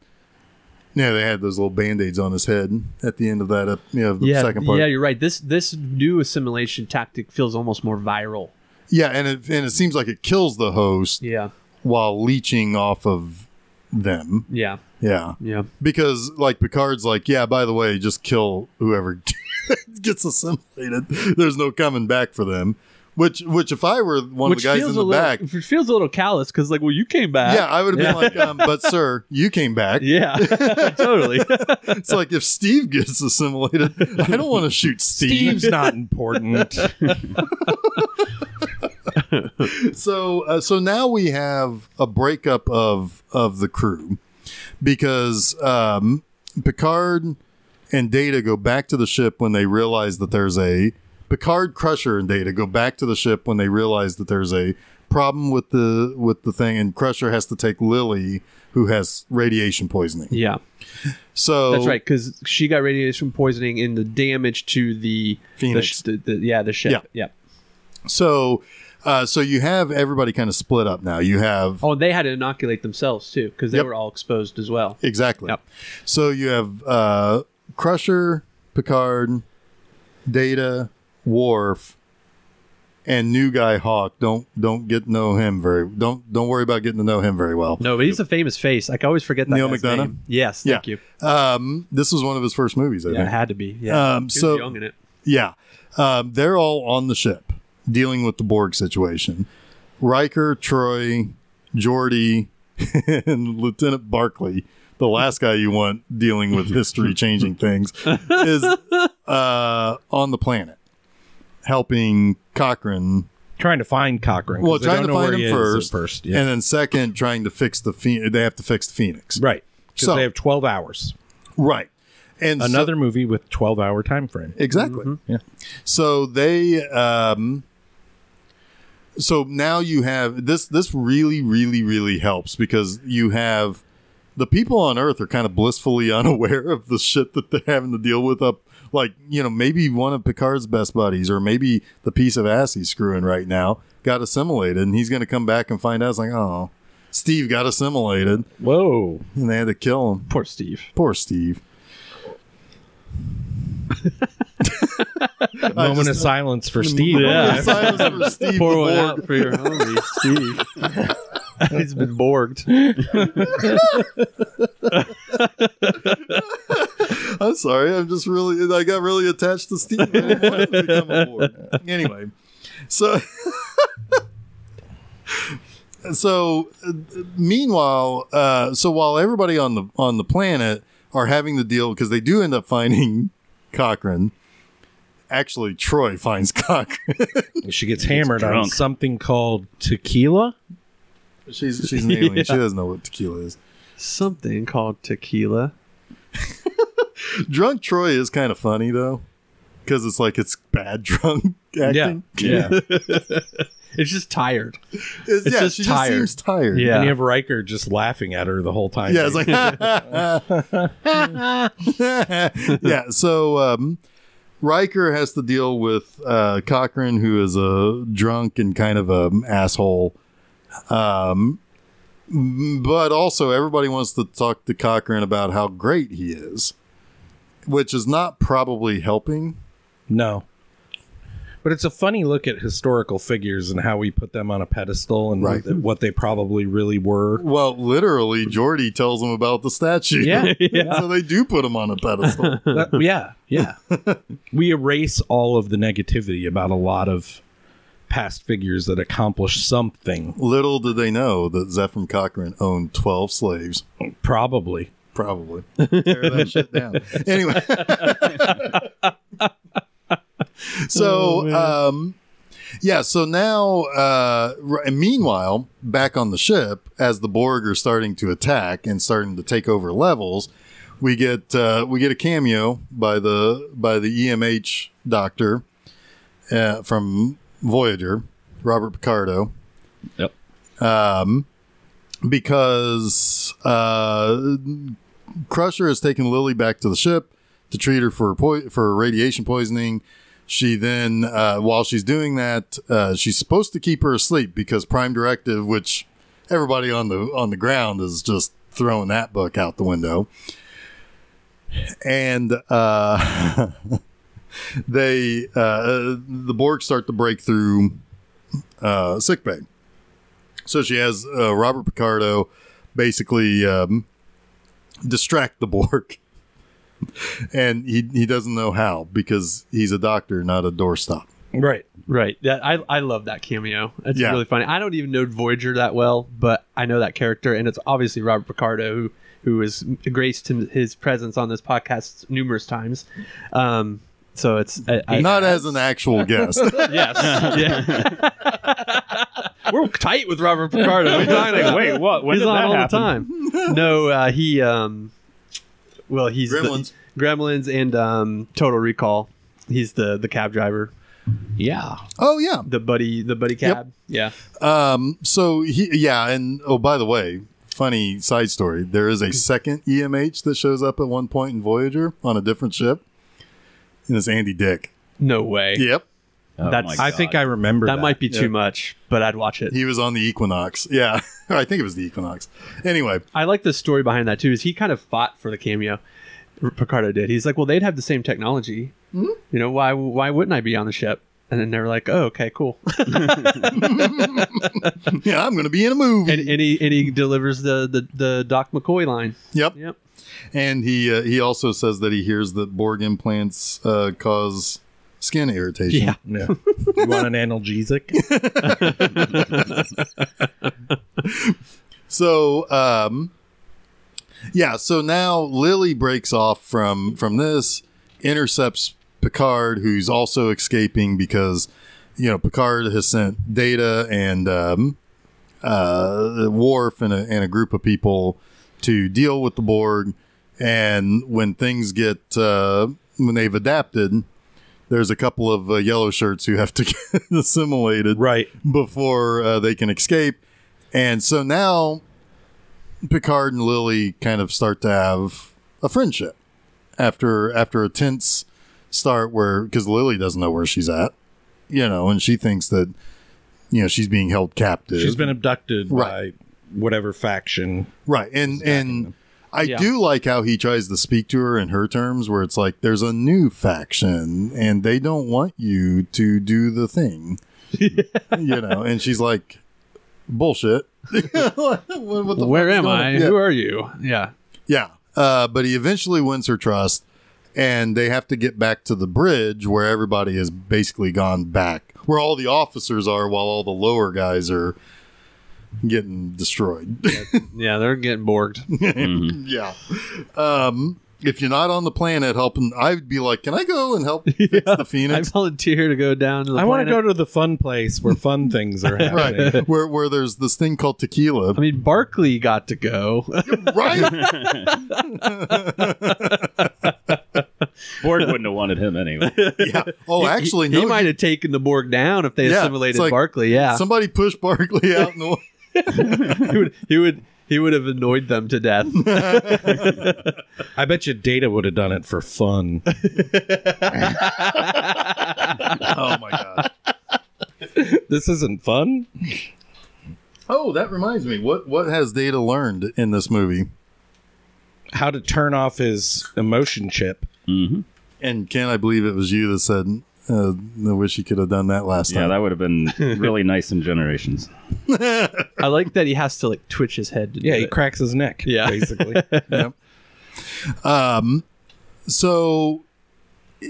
Yeah, they had those little band-aids on his head at the end of that, uh, you know, the
yeah,
second part.
yeah. You're right. This this new assimilation tactic feels almost more viral.
Yeah, and it, and it seems like it kills the host
Yeah,
while leeching off of them.
yeah,
Yeah.
yeah.
Because like Picard's like, yeah, by the way, just kill whoever (laughs) gets assimilated. There's no coming back for them. Which which if I were one of the guys in
feels
the
a little,
back,
It feels a little callous because, like, well, you came back.
yeah, I would have been like, um, but sir, you came back.
(laughs) Yeah, totally.
It's like if Steve gets assimilated, I don't want to shoot Steve. (laughs)
Steve's not important.
So uh, so now we have a breakup of of the crew because um, Picard and Data go back to the ship when they realize that there's a Picard Crusher and Data go back to the ship when they realize that there's a problem with the with the thing and Crusher has to take Lily who has radiation poisoning.
yeah,
So
that's right. Because she got radiation poisoning in the damage to the
Phoenix.
The, sh- the, the, yeah, the ship.
Yeah.
Yeah.
So uh, so you have everybody kind of split up now. You have
Oh, and they had to inoculate themselves too because they
Yep.
were all exposed as well.
Exactly.
Yep.
So you have uh, Crusher, Picard, Data, Worf, and new guy Hawk. Don't don't get to know him very. Don't don't worry about getting to know him very well.
No, but he's a famous face. Like, I always forget that.
Neil
guy's
McDonough?
name. Yes, thank you.
Um, this was one of his first movies. I
Yeah, it
think.
had to be. Yeah,
Um,
He was
so-
young in it.
Yeah. Um, they're all on the ship dealing with the Borg situation. Riker, Troy, Geordi, (laughs) and Lieutenant Barclay, the last guy you want dealing with history changing things, is uh, on the planet helping Cochrane.
trying to find Cochrane. 'cause
Well,
they
trying
don't
to
know where
find
he
him
is at
first,
first, yeah,
and then second, trying to fix the phoenix. They have to fix the phoenix,
right. Because
So-
they have twelve hours.
right. And so-
Another movie with twelve hour time frame.
Exactly.
Yeah.
So they um so now you have this this really really really helps because you have the people on Earth are kind of blissfully (laughs) unaware of the shit that they're having to deal with up. Like, you know, maybe one of Picard's best buddies, or maybe the piece of ass he's screwing right now, got assimilated, and he's going to come back and find out. It's like, oh, Steve got assimilated,
Whoa.
and they had to kill him.
Poor Steve.
Poor (laughs) Steve.
Moment of silence for Steve.
Yeah.
Silence for Steve
Pour
the
one
Borg.
out for your homie, Steve.
(laughs)
He's been borged.
I'm sorry. I'm just really. I got really attached to (laughs) Steve. I didn't want him to become a Borg. Anyway, so (laughs) so uh, meanwhile, uh, so while everybody on the on the planet are having the deal because they do end up finding (laughs) Cochrane. Actually, Troy finds (laughs) Cochrane.
She gets hammered on
drunk.
something called tequila.
she's she's an alien. She doesn't know what tequila is.
Something called tequila.
Drunk Troy is kind of funny though, because it's like it's bad (laughs) drunk acting.
(laughs) Yeah.
It's just tired.
It's,
It's
yeah,
just
she
tired.
just seems tired.
Yeah.
And you have Riker just laughing at her the whole time.
Yeah, it's like (laughs) yeah. So um, Riker has to deal with uh, Cochrane, who is a drunk and kind of an asshole. Um, but also everybody wants to talk to Cochrane about how great he is, which is not probably helping.
no. But it's a funny look at historical figures and how we put them on a pedestal and
Right.
what, what they probably really were.
Well, literally, Geordi tells him about the statue. (laughs)
Yeah.
so they do put him on a
(laughs)
pedestal.
That-
uh,
yeah, yeah. we erase all of the negativity about a lot of past figures that accomplished something.
Little did they know that Zephram Cochrane owned 12 slaves.
Probably.
Probably. (laughs) Tear that shit down. (laughs) Anyway. so, um, yeah, so now, uh, r- and meanwhile, back on the ship, as the Borg are starting to attack and starting to take over levels, we get uh, we get a cameo by the by the EMH doctor uh, from Voyager, Robert Picardo
(laughs)
Yep.
um, because uh, Crusher has taken Lily back to the ship to treat her for po- for radiation poisoning. She then, uh, while she's doing that, uh, she's supposed to keep her asleep because Prime Directive, which everybody on the on the ground is just throwing that book out the window, and uh, (laughs) they uh, the Borg start to break through uh, sickbay. So she has uh, Robert Picardo basically um, distract the Borg, (laughs) and he he doesn't know how because he's a doctor, not a doorstop.
Right.
Right. That I I love that cameo. It's
Yeah.
really funny. I don't even know Voyager that well, but I know that character, and it's obviously Robert Picardo who who has graced him, his presence on this podcast numerous times. Um, so it's I, I-
not as an actual
(laughs)
guest.
yes, yeah. We're tight with Robert
(laughs)
Picardo. We're talking like,
Wait, what? When
he's
did
on
that
all
happen?
the time. No, uh, he. Um, well, he's the-
Gremlins.
Gremlins, and um, Total Recall. He's the the cab driver,
Yeah.
oh yeah.
the buddy, the buddy cab.
Um. So he yeah, and oh by the way, funny side story. There is a second EMH that shows up at one point in Voyager on a different ship, and it's Andy Dick.
Yeah, no way.
Yep.
Oh
That's-
my
I
God.
think I remember
That,
that.
might be too
Yeah.
much, but I'd watch it.
He was on the Equinox. Yeah. (laughs) I think it was the Equinox. Anyway.
I like the story behind that too. Is he kind of fought for the cameo? R- Picardo did. He's like, well, they'd have the same technology.
Hmm?
You know, why why wouldn't I be on the ship? And then they were like, oh, okay,
(laughs)
cool.
Yeah, I'm going to be in a movie.
and, and he and he delivers the the, the Doc McCoy line.
yep.
Yep.
And he uh, he also says that he hears that Borg implants uh, cause skin irritation.
Yeah.
Yeah. you want
(laughs)
an analgesic?
So um, yeah. So now Lily breaks off from from this, intercepts Picard, who's also escaping because you know Picard has sent Data and um, uh, Worf and a, and a group of people to deal with the Borg. And when things get uh, when they've adapted, there's a couple of uh, yellow shirts who have to (laughs) get assimilated
right.
before uh, they can escape. And so now Picard and Lily kind of start to have a friendship after after a tense start where because Lily doesn't know where she's at, you know, and she thinks that you know she's being held captive.
She's been abducted
Right.
by whatever faction.
right, and and I
Yeah.
do like how he tries to speak to her in her terms, where it's like there's a new faction and they don't want you to do the thing, you know, and she's like bullshit. (laughs) what, what the
Where
fuck's
am
going on?
I?
Yeah.
Who are you? Yeah.
Yeah. Uh, but he eventually wins her trust, and they have to get back to the bridge where everybody has basically gone back, where all the officers are while all the lower guys are getting destroyed.
Yeah, they're getting borged.
Mhm.
(laughs) yeah. Um, if you're not on the planet helping, I'd be like, can I go and
(laughs)
help fix the
(laughs) I
Phoenix?
volunteer to go down to the
I want to
planet.
go to the fun place where (laughs) fun things are happening.
Right. where, where there's this thing called tequila.
(laughs) I mean, Barkley got to go.
right?
(laughs) Borg wouldn't have wanted him anyway.
yeah. (laughs) Oh, actually,
(laughs) he,
no.
he might have taken the Borg down if they
Yeah,
assimilated
it's like-
Barkley. Yeah,
Somebody pushed Barkley out in the way.
he would. He would. He would have annoyed them to (laughs) death.
I bet you Data would have done it for (laughs) fun.
(laughs) Oh, my God.
this isn't fun.
Oh, that reminds me. What what has Data learned in this movie?
How to turn off his emotion chip.
hmm
And can I believe it was you that said, uh, "I wish he could have done that last
(laughs) Yeah,
time."
that would have been really nice in Generations.
I like that he has to like twitch his head. To do
Yeah, he
it.
cracks his neck.
Yeah.
basically.
Um, so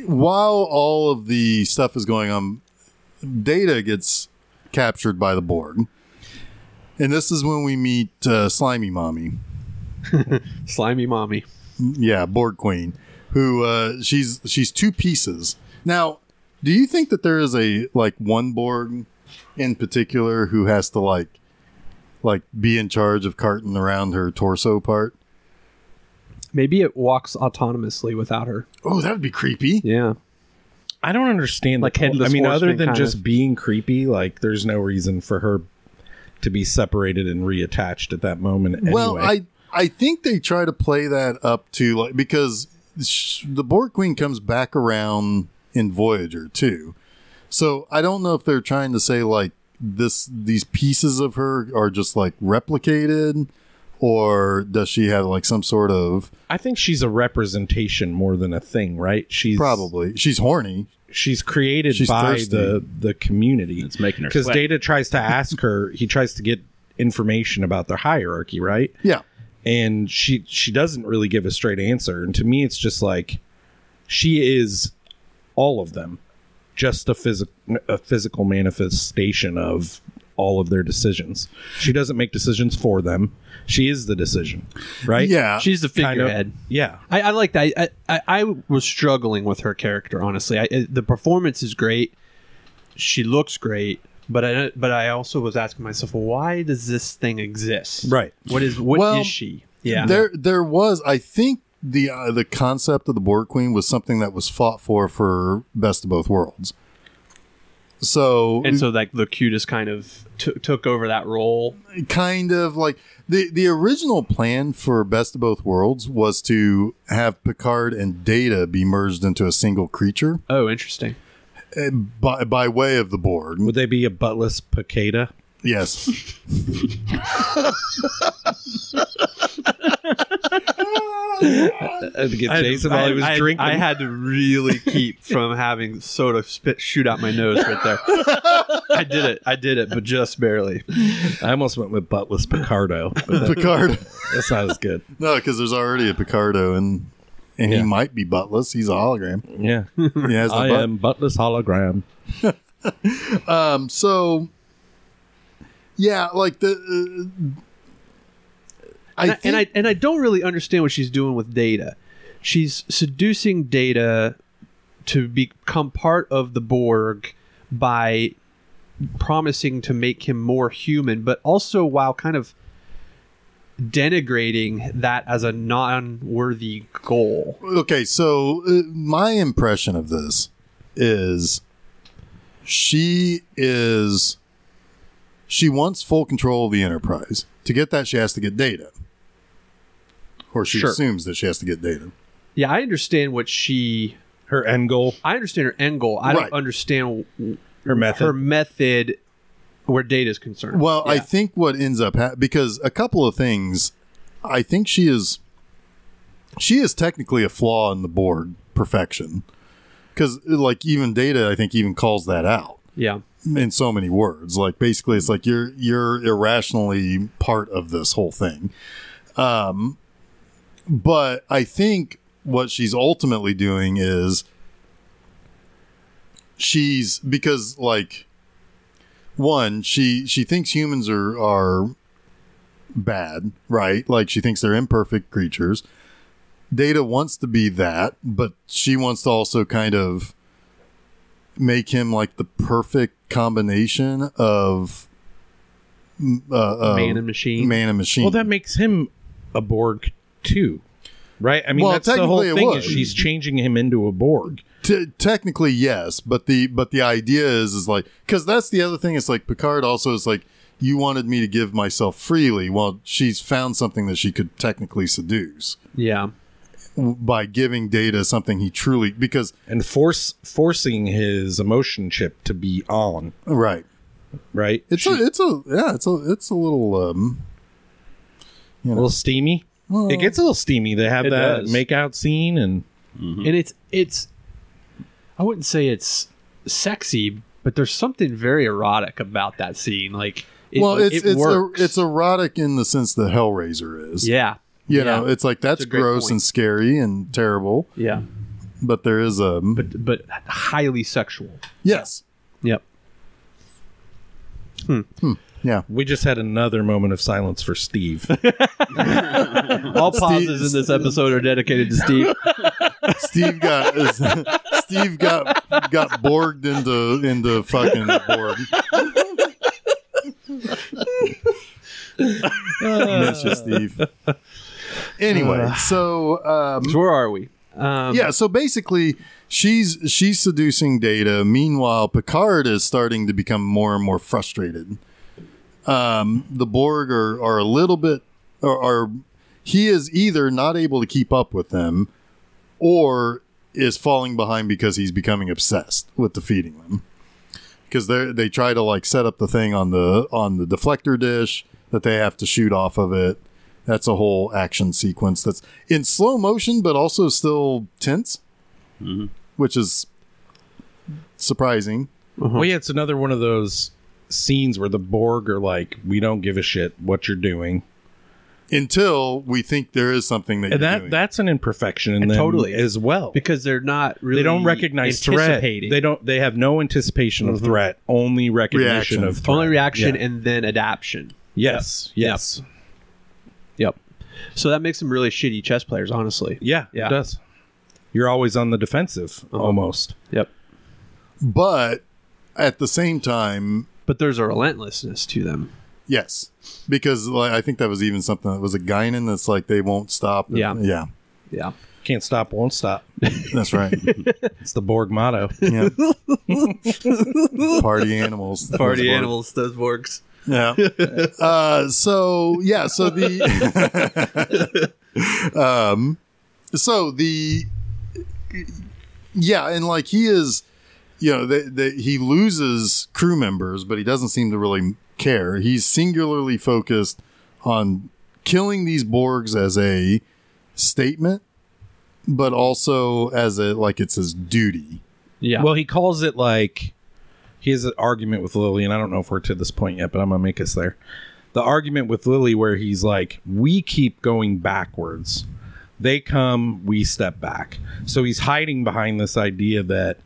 while all of the stuff is going on, Data gets captured by the Borg, and this is when we meet uh, Slimy Mommy.
slimy mommy.
Yeah, Borg Queen, who uh, she's she's two pieces. Now, do you think that there is a like one Borg in particular who has to like like be in charge of carting around her torso part?
Maybe it walks autonomously without her.
Oh, that would be creepy.
Yeah,
(laughs) I don't understand.
Like
the whole-
Headless
I mean, other
Horseman
than
kind
just
of.
being creepy, like there's no reason for her to be separated and reattached at that moment. Anyway.
Well, I I think they try to play that up to like because sh- the Borg Queen comes back around in Voyager too, so I don't know if they're trying to say like this these pieces of her are just like replicated, or does she have like some sort of
I think she's a representation more than a thing, right? She's
probably she's horny.
she's created
She's
by
thirsty.
the the community.
It's making her
because
sweat.
Data tries to ask her. He tries to get information about their hierarchy, right?
Yeah,
And she she doesn't really give a straight answer. And to me, it's just like she is all of them, just a physical a physical manifestation of all of their decisions. She doesn't make decisions for them. She is the decision, right?
yeah.
she's the
Uh, Kind of.
figurehead.
Yeah.
I, I like that. I, I I was struggling with her character honestly. I, I- the performance is great. She looks great, but I but I also was asking myself, why does this thing exist?
Right.
What is what is
Well,
she? Yeah.
There, there was. I think the uh, the concept of the Borg Queen was something that was fought for for best of both worlds. So
and so like the cutest kind of t- took over that role.
kind of like the the original plan for Best of Both Worlds was to have Picard and Data be merged into a single creature
Oh, interesting.
eh, by by way of the Borg.
Would they be a buttless Pakeda? (laughs)
Yes.
Uh, to get Jason while he was
I-
drinking.
I had to really keep from having soda spit shoot out my nose right there. I did it. I did it, but just barely.
I almost went with buttless Picardo, but
Picard.
that's not as good.
No, because there's already a Picardo and and he
Yeah.
might be buttless. He's a hologram.
Yeah,
He has no
I
butt.
am buttless hologram.
Um, so yeah, like the uh, I
and, I,
think,
and I and I don't really understand what she's doing with Data. She's seducing Data to become part of the Borg by promising to make him more human, but also while kind of denigrating that as a non-worthy goal.
okay so uh, my impression of this is she is she wants full control of the enterprise to get that she has to get data or she
Sure.
assumes that she has to get dated.
Yeah, I understand what she.
Her end goal,
I understand her end goal. I
Right.
don't understand w-
her method.
her method where data is concerned.
Well, I
Yeah.
think what ends up ha- because a couple of things, I think she is she is technically a flaw in the Borg perfection because like even Data, I think even calls that out
yeah,
in so many words. Like basically, it's like you're you're irrationally part of this whole thing. Um, but I think what she's ultimately doing is she's because like one she she thinks humans are are bad right like she thinks they're imperfect creatures data wants to be that but she wants to also kind of make him like the perfect combination of mm, uh, uh,
man and machine.
man and machine
Well, that makes him a Borg too, right? I mean,
Well,
that's the whole
technically it
thing.
was.
Is she's changing him into a Borg?
T- technically yes but the but the idea is is like because that's the other thing it's like picard also is like you wanted me to give myself freely well she's found something that she could technically seduce
yeah,
w- by giving data something he truly because
and force forcing his emotion chip to be on,
right
right?
it's a it's a yeah it's a it's a little um
a little steamy. it gets a little steamy. They have
It
that
does.
makeout scene, and Mm-hmm.
and it's it's. I wouldn't say it's sexy, but there's something very erotic about that scene. Like, it,
well it's
it
it's a,
works.
it's erotic in the sense that hellraiser is
yeah,
you
yeah,
know it's like that's
a great
gross
point.
and scary and terrible
yeah,
but there is um, a
but but highly sexual.
yes (laughs)
Yep.
yeah
we just had another moment of silence for Steve.
All pauses in this episode are dedicated
(laughs)
to Steve.
Steve got (laughs) is, Steve got got borged into into fucking Borg. Miss you, Steve. Anyway, so um,
So where are we? Um,
yeah, so basically she's she's seducing Data. Meanwhile, Picard is starting to become more and more frustrated. Um, the Borg are, are a little bit are, are he is either not able to keep up with them or is falling behind because he's becoming obsessed with defeating them. Because they they try to like set up the thing on the on the deflector dish that they have to shoot off of it. That's a whole action sequence that's in slow motion, but also still tense, which is surprising.
Well, yeah, it's another one of those scenes where the Borg are like, "We don't give a shit what you're doing,"
Until we think there is something that
and
you're
that
doing.
that's an imperfection in
And
them
totally.
as well.
because they're not really
they Mm-hmm. don't recognize threat.
anticipating.
They don't. They have no anticipation of threat. Only recognition
Reaction.
of threat.
only reaction
Yeah.
and then adaption.
yes. Yes.
Yep. So that makes them really shitty chess players, honestly.
Yeah, Uh-huh.
Yeah.
It does. You're always on the defensive, almost.
Yep.
but at the same time,
But there's a relentlessness to them.
Yes, because like, I think that was even something that was a Guinan that's like they won't stop.
Yeah.
yeah,
Yeah.
Can't stop, won't stop.
that's right.
It's the Borg motto.
Yeah. Party animals. Those were-
those works.
Yeah. (laughs) uh, so yeah, so the (laughs) um, so the yeah, and like he is, you know, the, the, he loses crew members, but he doesn't seem to really care. He's singularly focused on killing these Borgs as a statement, but also as a like it's his duty.
Yeah.
Well, he calls it like he has an argument with Lily, and I don't know if we're to this point yet, but I'm gonna make us there. The argument with Lily, where he's like, "We keep going backwards. They come, we step back." So he's hiding behind this idea that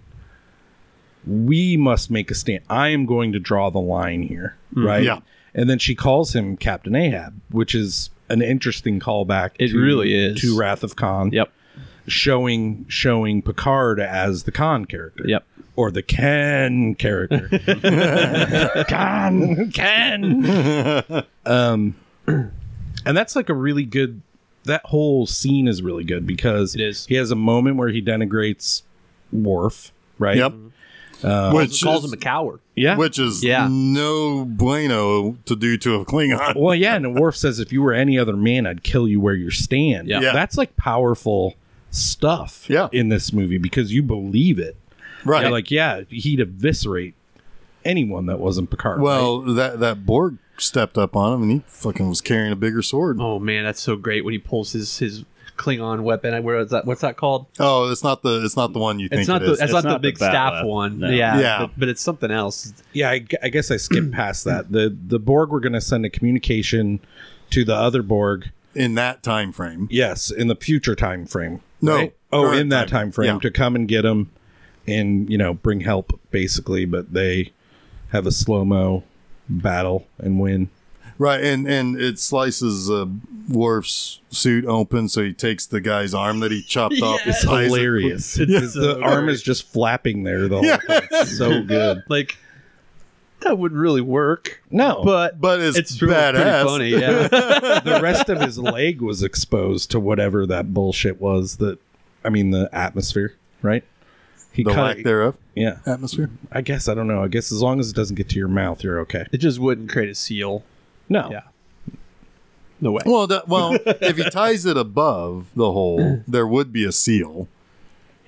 we must make a stand. I am going to draw the line here,
Mm,
right?
Yeah.
And then she calls him Captain Ahab, which is an interesting callback.
It really is.
to Wrath of Khan
yep.
showing showing Picard as the Khan character.
Yep.
Or the Ken character. Khan, (laughs) Ken. Um,
(laughs)
and that's like a really good. That whole scene is really good because
It is.
he has a moment where he denigrates Worf, right?
Yep. which
Uh, calls
is,
him a coward.
Yeah.
which is
Yeah.
no bueno to do to a Klingon.
well, yeah, and Worf says if you were any other man, I'd kill you where you stand.
Yeah.
Yeah.
That's like powerful stuff
Yeah.
in this movie because you believe it.
(laughs) right.
You're like, yeah, he'd eviscerate anyone that wasn't Picard. right?
well, that that Borg stepped up on him and he fucking was carrying a bigger sword. Oh,
Oh man, that's so great when he pulls his his Klingon weapon. Where is that? What's that called?
Oh, it's not the it's not the one you think
It's not
it
the
is.
it's, not,
not
the
the
big
bat
staff
left.
one.
No.
Yeah,
Yeah.
But, but it's something else.
yeah, I, gu- I guess
(clears throat)
I skipped past that. The the Borg were going to send a communication to the other Borg.
in that time frame.
Yes, in the future time frame.
No,
right? Oh,
current
in that
time.
time frame
Yeah.
to come and get them, and you know bring help basically. But they have a slow mo battle and win.
Right, and and it slices uh, Worf's suit open, so he takes the guy's arm that he chopped
(laughs)
off. and
Yes.
It's
ties it-
hilarious.
It's
Because the
so
arm
great.
is just flapping there the whole time.
(laughs)
It's so good.
Like that wouldn't really work,
No, (laughs) but
Oh.
but
But it's,
it's really pretty
badass. (laughs)
funny. Yeah,
the rest of his leg was exposed to whatever that bullshit was. That I mean, the atmosphere, right? He
The
cut.
lack thereof
Yeah,
atmosphere.
I guess I don't know. I guess as long as it doesn't get to your mouth, you're okay.
it just wouldn't create a seal.
No,
Yeah, no way.
Well, that,
(laughs)
well, if he ties it above the hole, there would be a seal.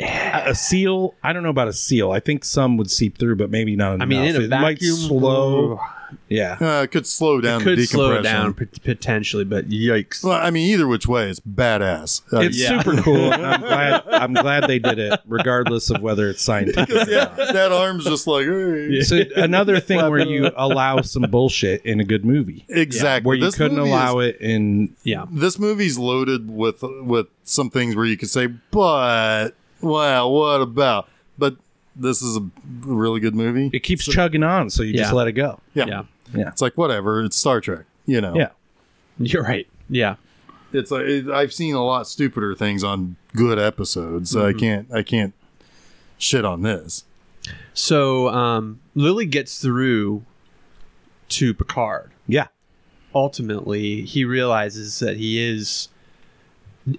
a a seal. I don't know about a seal. I think some would seep through, but maybe not enough.
I mean, in a
it
vacuum,
might slow. Yeah,
Uh, it could slow down the
could
decompression.
slow it down pot- potentially, but yikes!
Well, I mean, either which way, it's badass. Uh,
(laughs) it's
yeah.
super
(laughs)
cool. and I'm glad. I'm glad they did it, regardless of whether it's scientific.
yeah, (laughs) that arm's just like hey.
So another thing where
(laughs)
you allow some bullshit in a good movie,
exactly
where you couldn't allow it in
yeah,
This movie's loaded with with some things where you could say, but wow, what about? But this is a really good movie.
it keeps chugging on, so you just
Yeah.
let it go.
Yeah.
yeah,
It's like whatever. It's Star Trek. You know.
Yeah.
you're right. Yeah,
It's like it, I've seen a lot stupider things on good episodes. so
Mm-hmm.
I can't. I can't shit on this.
So um, Lily gets through to Picard.
Yeah.
Ultimately, he realizes that he is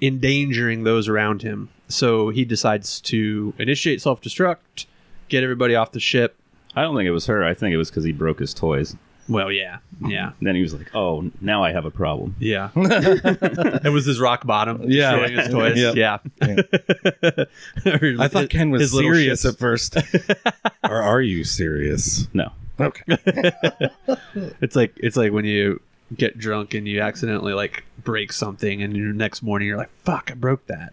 endangering those around him. So he decides to initiate self destruct, get everybody off the ship.
I don't think it was her. I think it was because he broke his toys.
Well, yeah, yeah,
And then he was like, "Oh, now I have a problem."
(laughs) yeah. it was his rock bottom.
Yeah.
destroying his toys.
Yep.
Yeah. (laughs)
I thought Ken was
His little
serious
ships.
at first.
(laughs)
or are you serious?
No,
Okay.
It's like it's like when you get drunk and you accidentally like break something, and your next morning you're like, "Fuck, I broke that."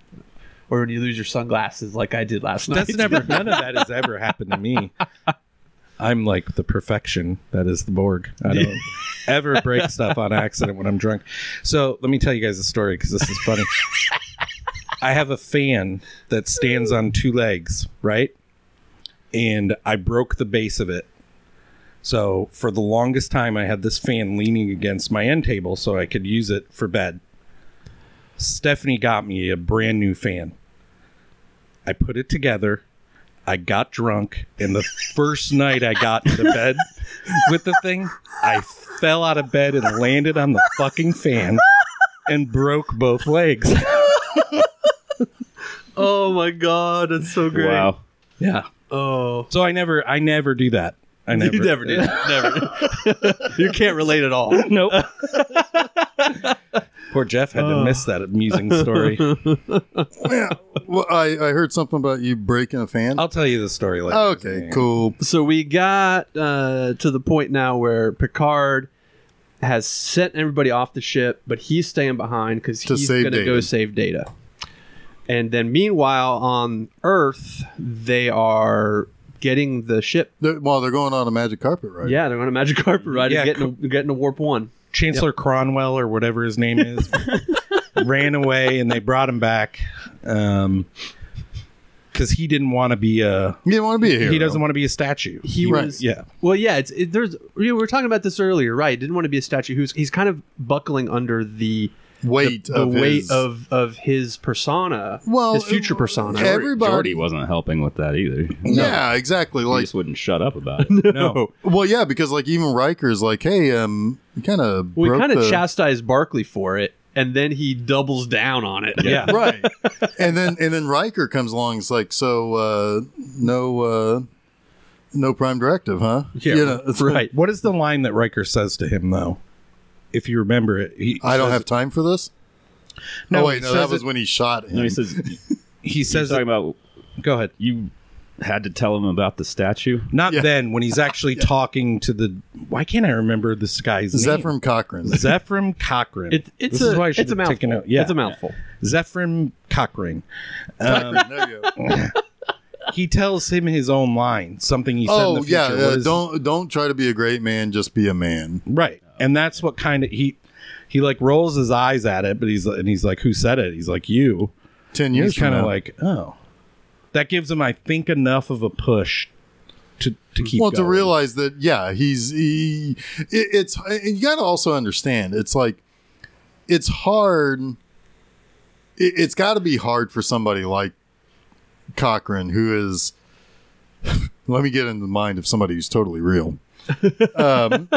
Or when you lose your sunglasses, like I did last
That's
night. (laughs)
never none of that has ever happened to me. I'm like the perfection that is the Borg. I don't ever break stuff on accident when I'm drunk. So let me tell you guys a story because this is funny. I have a fan that stands on two legs, right? And I broke the base of it. So for the longest time, I had this fan leaning against my end table so I could use it for bed. Stephanie got me a brand new fan. I put it together. I got drunk, and the first night I got into bed with the thing, I fell out of bed and landed on the fucking fan and broke both legs.
oh my god, that's so great.
wow.
Yeah.
Oh,
So I never, I never do that. I never,
you (laughs) never did, never. you can't relate at all.
Nope.
(laughs)
Poor Jeff had to miss that amusing
(laughs)
story.
Well, I, I heard something about you breaking a fan.
I'll tell you the story later.
Oh, okay, cool.
So we got uh, to the point now where Picard has sent everybody off the ship, but he's staying behind because
To
he's
save
going to go
Data.
save Data. And then, meanwhile, on Earth, they are getting the ship.
They're, well, they're going on a magic carpet ride.
Yeah, they're on a magic (laughs) carpet ride.
Yeah,
and getting, to, getting to warp one.
Chancellor Cronwell or whatever his name is
(laughs)
ran away and they brought him back um because he didn't want to be a
You didn't want to be a hero.
he doesn't want to be a statue
He
Right,
was,
yeah
Well, yeah, it's it, there's. We were talking about this earlier, right? Didn't want to be a statue. Who's he's kind of buckling under the
weight
the
of
weight
his-
of of his persona,
Well,
his future
it-
persona.
Everybody.
Jordy wasn't helping with that
(laughs)
either.
Yeah, exactly.
He
Like
just wouldn't shut up about it.
no
Well, yeah, because like even Riker's like, hey, um, you kind of
We
broke
kind of
the-
chastised Barkley for it, and then he doubles down on it. (laughs)
yeah
(laughs)
(laughs)
right, and then and then Riker comes along. It's like, so uh, no, uh, No prime directive, huh?
Yeah,
You know, it's-
right.
What is the line that Riker says to him though? If you remember it, he
I don't
says-
have time for this.
No,
oh wait,
he
no, that
says
was
it-
when he shot him.
No, he says
He
he's
says,
talking
it-
about
"Go ahead."
you had to tell him about the statue.
Not
Yeah. (laughs)
then when he's actually talking to the. Why can't I remember this guy's name?
Zephram Cochrane.
Zephram Cochran.
It, it's
this
a,
is why I should
it's a
have
mouthful.
taken out. Yeah,
It's a mouthful.
Zephram Cochran.
Cochrane, there you go.
He tells him his own line, something he said. in
Oh
the future.
yeah,
What
uh,
is-
don't don't try to be a great man, just be a man.
right, and that's what kind of he he like rolls his eyes at it, but he's and he's like, "Who said it?" He's like, "You."
Ten
And
years
he's kind
from
of
now.
like, "Oh," that gives him, I think, enough of a push to to keep.
well to
going.
realize that yeah he's he it, it's and you got to also understand it's like it's hard it, it's got to be hard for somebody like Cochrane who is (laughs) let me get in the mind of somebody who's totally real um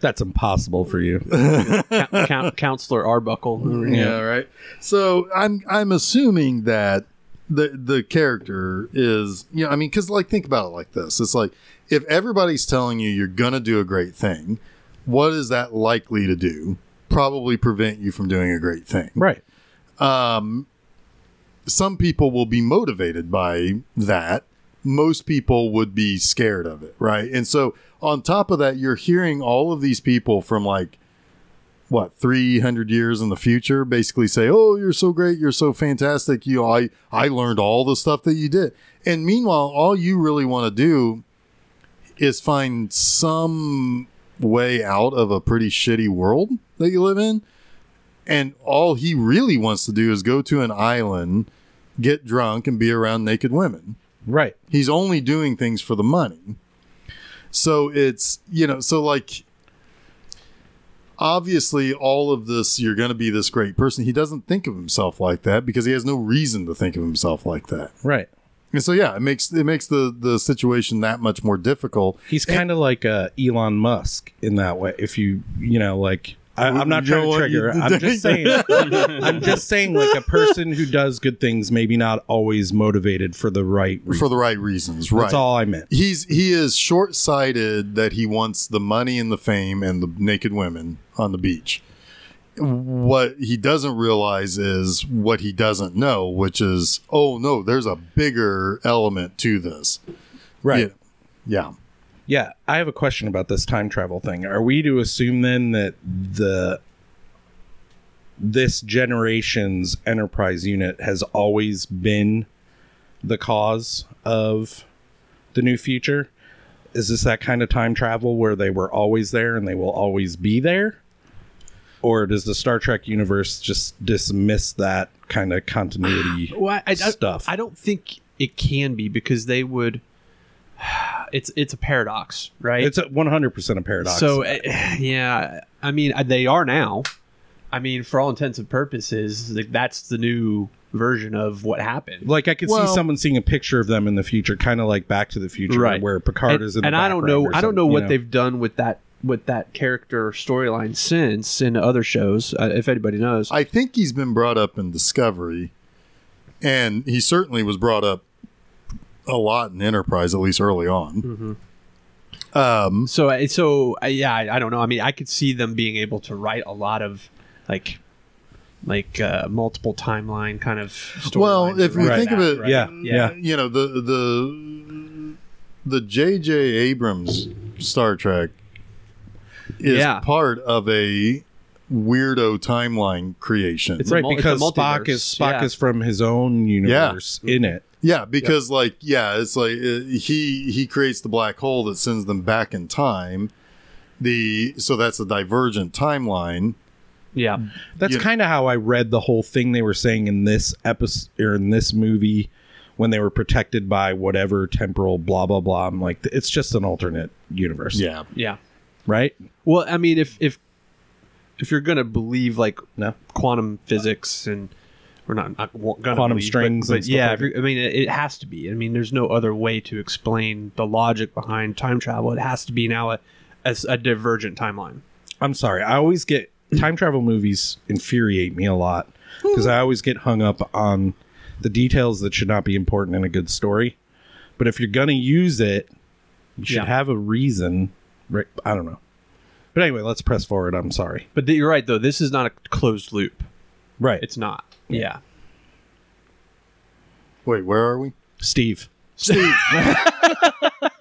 that's impossible for you.
(laughs)
Coun- coun- Counselor Arbuckle.
Mm, yeah right so i'm i'm assuming that the the character is you know i mean because like think about it like this it's like if everybody's telling you you're gonna do a great thing what is that likely to do probably prevent you from doing a great thing
(laughs) right.
some people will be motivated by that. Most people would be scared of it, right? And so, on top of that, you're hearing all of these people from like what 300 years in the future basically say, "Oh, you're so great, you're so fantastic. You, I, I learned all the stuff that you did." And meanwhile, all you really want to do is find some way out of a pretty shitty world that you live in and all he really wants to do is go to an island, get drunk, and be around naked women.
Right.
He's only doing things for the money. So it's, you know, so like, obviously, all of this, you're going to be this great person. He doesn't think of himself like that because he has no reason to think of himself like that.
Right.
And so, yeah, it makes it makes the the situation that much more difficult.
He's kind of like uh, Elon Musk in that way. If you, you know, like I, I'm not
You know what
trying to
you
trigger. I'm
did?
just saying.
(laughs)
I'm just saying, like a person who does good things, maybe not always motivated for the right. Reason.
For the right reasons, right?
That's all I meant.
he's he is short sighted that he wants the money and the fame and the naked women on the beach. What he doesn't realize is what he doesn't know, which is oh no, there's a bigger element to this.
Right.
Yeah. Yeah.
Yeah, I have a question about this time travel thing. Are we to assume then that the this generation's enterprise unit has always been the cause of the new future? Is this that kind of time travel where they were always there and they will always be there? Or does the Star Trek universe just dismiss that kind of continuity?
Well, I, I,
Stuff.
I don't think it can be because they would. (sighs) It's it's a paradox, right?
It's a 100% a paradox.
So uh, yeah, I mean uh, they are now. I mean, for all intents and purposes, like, that's the new version of what happened.
Like I could
Well-
see someone seeing a picture of them in the future, kind of like Back to the Future,
Right.
where Picard
and,
is in.
and
the
I don't
background
know.
or
I don't
something,
know
you
what they've done with that with that character or storyline since in other shows. Uh, if anybody knows,
I think he's been brought up in Discovery, and he certainly was brought up a lot in Enterprise, at least early on. Um,
so I- so I- yeah, I, I don't know. I mean, I could see them being able to write a lot of like like uh, multiple timeline kind of. storylines
Well, if we
around
think of
that,
it-
right?
Yeah,
yeah,
yeah.
you know the the the J.J. Abrams Star Trek is
Yeah.
part of a weirdo timeline creation.
It's a
right?
mul- it's a
because Spock is
multiverse,
Spock
yeah.
is from his own universe in it.
yeah, because like yeah, it's like uh, he he creates the black hole that sends them back in time. The so that's a divergent timeline.
yeah.
That's
Yeah.
kind of how I read the whole thing they were saying in this episode or in this movie when they were protected by whatever temporal blah blah blah. I'm like, it's just an alternate universe,
Yeah.
yeah.
right?
Well, I mean, if if if you're gonna believe like
No,
quantum physics and we're not, not wa- gonna
Quantum
believe,
strings
but, but
and stuff
yeah.
like
if you're- I mean, it, it has to be. I mean, there's no other way to explain the logic behind time travel. It has to be now a a, a divergent timeline.
I'm sorry. I always get time travel movies infuriate me a lot because I always get hung up on the details that should not be important in a good story. But if you're going to use it, You should
Yeah.
have a reason. Right? I don't know. But anyway, let's press forward. I'm sorry.
But th- you're right though. This is not a closed loop.
Right. It's
It's not. Yeah.
Wait, where are we?
Steve.
(laughs)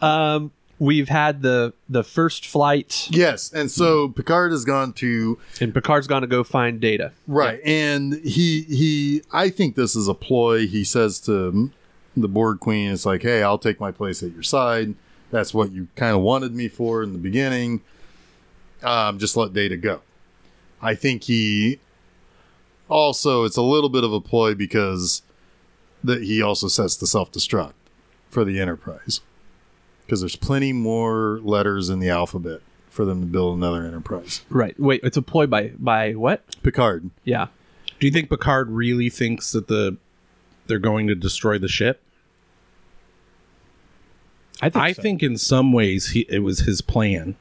Um, we've had the the first flight,
Yes, and so Picard has gone to
and Picard's gonna go find Data.
right, and he he. I think this is a ploy. He says to the Borg Queen, "It's like, hey, I'll take my place at your side. That's what you kind of wanted me for in the beginning. Um, just let Data go." I think he also it's a little bit of a ploy because that he also sets the self destruct for the Enterprise because there's plenty more letters in the alphabet for them to build another Enterprise.
Right. Wait. It's a ploy by by what?
Picard.
Yeah.
Do you think Picard really thinks that the they're going to destroy the ship?
I think.
I think in some ways he, it was his plan,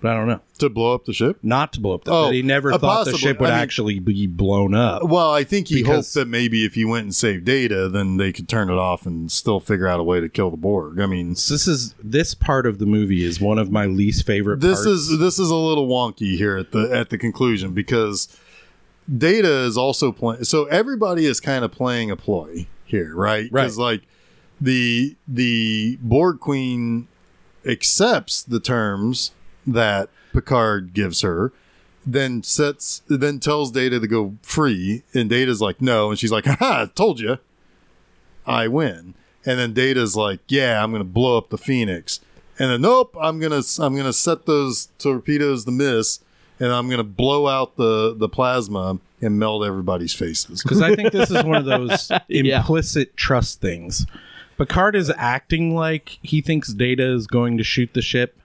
but I don't know.
to blow up the ship.
Not to blow up. The,
Oh,
but he never
uh,
thought the
possibly.
ship would
I mean-
actually be blown up.
Well, I think he hoped
Because-
that maybe if he went and saved data, then they could turn it off and still figure out a way to kill the Borg. I mean,
So this is this part of the movie is one of my least favorite.
this
(laughs) parts.
is this is a little wonky here at the at the conclusion because data is also playing. So everybody is kind of playing a ploy here, right?
Right.
like the the Borg Queen accepts the terms that Picard gives her. Then sets, then tells Data to go free, and Data's like, "No," and she's like, "Ha! Told you." I win. And then Data's like, "Yeah, I'm going to blow up the Phoenix." And then, "Nope, I'm going to I'm going to set those torpedoes to miss, and I'm going to blow out the the plasma and melt everybody's faces."
because I think this
(laughs)
is one of those
Yeah.
implicit trust things. Picard is acting like he thinks Data is going to shoot the ship.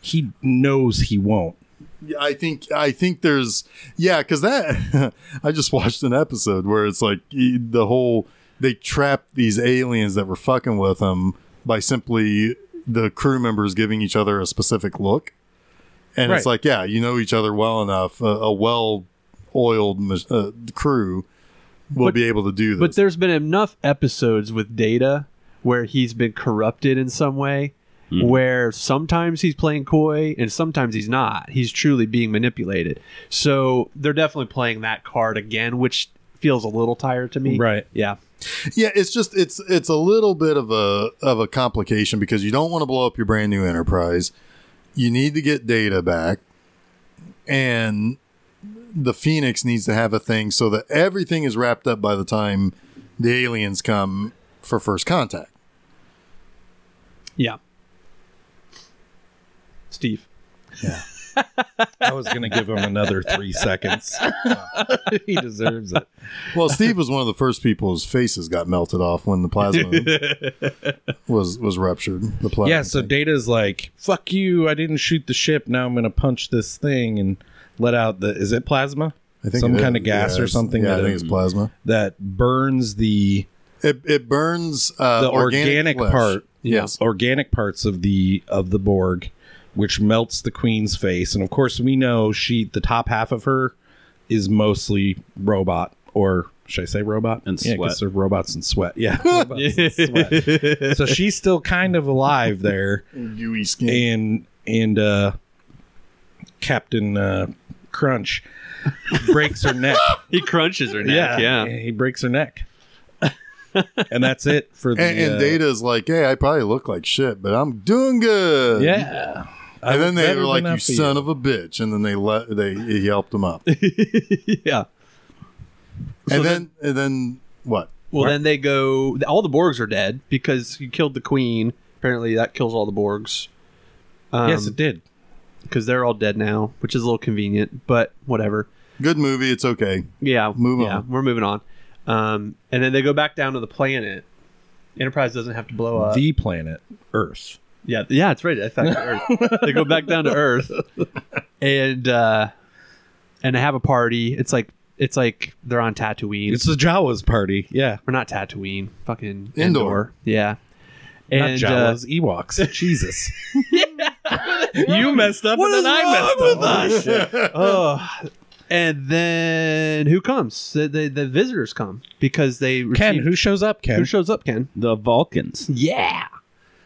He knows he won't.
Yeah, I think I think there's yeah, because that (laughs) I just watched an episode where it's like e- the whole they trapped these aliens that were fucking with them by simply the crew members giving each other a specific look, and it's
Right.
like yeah, you know each other well enough, a, a well-oiled mach- uh, crew will
But-
be able to do
But
this.
there's been enough episodes with Data where he's been corrupted in some way,
Hmm.
where sometimes he's playing coy and sometimes he's not. He's truly being manipulated. So they're definitely playing that card again, which feels a little tired to me.
Right.
Yeah.
yeah, it's just it's it's a little bit of a of a complication because you don't want to blow up your brand new enterprise. You need to get data back. and the Phoenix needs to have a thing so that everything is wrapped up by the time the aliens come for first contact.
Yeah. Steve.
I was going to give him another
(laughs)
three seconds. he deserves it.
Well, Steve was one of the first people whose faces got melted off when the plasma was was ruptured. The plasma.
Yeah. So Data's like, "Fuck you! I didn't shoot the ship. Now I'm going to punch this thing and let out the is it plasma?
I think
some
it
kind
is.
of gas
Yeah,
or
it's-
something
Yeah, I
that
think it's plasma.
that burns the
It, it burns uh,
the
organic,
organic,
flesh.
part
Yes.
organic parts of the of the borg which melts the queen's face and of course we know she the top half of her is mostly robot or should i say robot
And
yeah 'cause
sweat.
they're robots and sweat
(laughs)
yeah Robots and sweat. so she's still kind of alive there
Gooey skin.
and and uh captain uh crunch breaks her neck
He crunches her
yeah
neck. Yeah.
he breaks her neck and that's it for the
and, and
uh,
Data's like, "Hey, I probably look like shit, but I'm doing good."
Yeah.
And then they were like, "You son of a bitch!" And then they let they he helped him
(laughs)
up.
(laughs) Yeah.
and then, and then what?
Well, then they go. All the Borgs are dead because you killed the queen. Apparently, that kills all the Borgs. Um,
yes, it did.
because they're all dead now, which is a little convenient, but whatever.
Good movie. It's okay.
Yeah,
Move
yeah,
on.
We're moving on. Um, and then they go back down to the planet. Enterprise doesn't have to blow up.
the planet Earth.
yeah, yeah, it's right. I thought
(laughs)
Earth. they go back down to Earth, and uh, and they have a party. It's like it's like they're on Tatooine.
It's the Jawas party. Yeah.
or not Tatooine, fucking
Endor.
Yeah, and
Not
uh,
Jawas, Ewoks. Jesus. you messed up and then I messed up.
Oh, and then who comes? The, the, the visitors come because they
Ken,
received-
who shows up, Ken?
who shows up? Ken.
The Vulcans.
Yeah.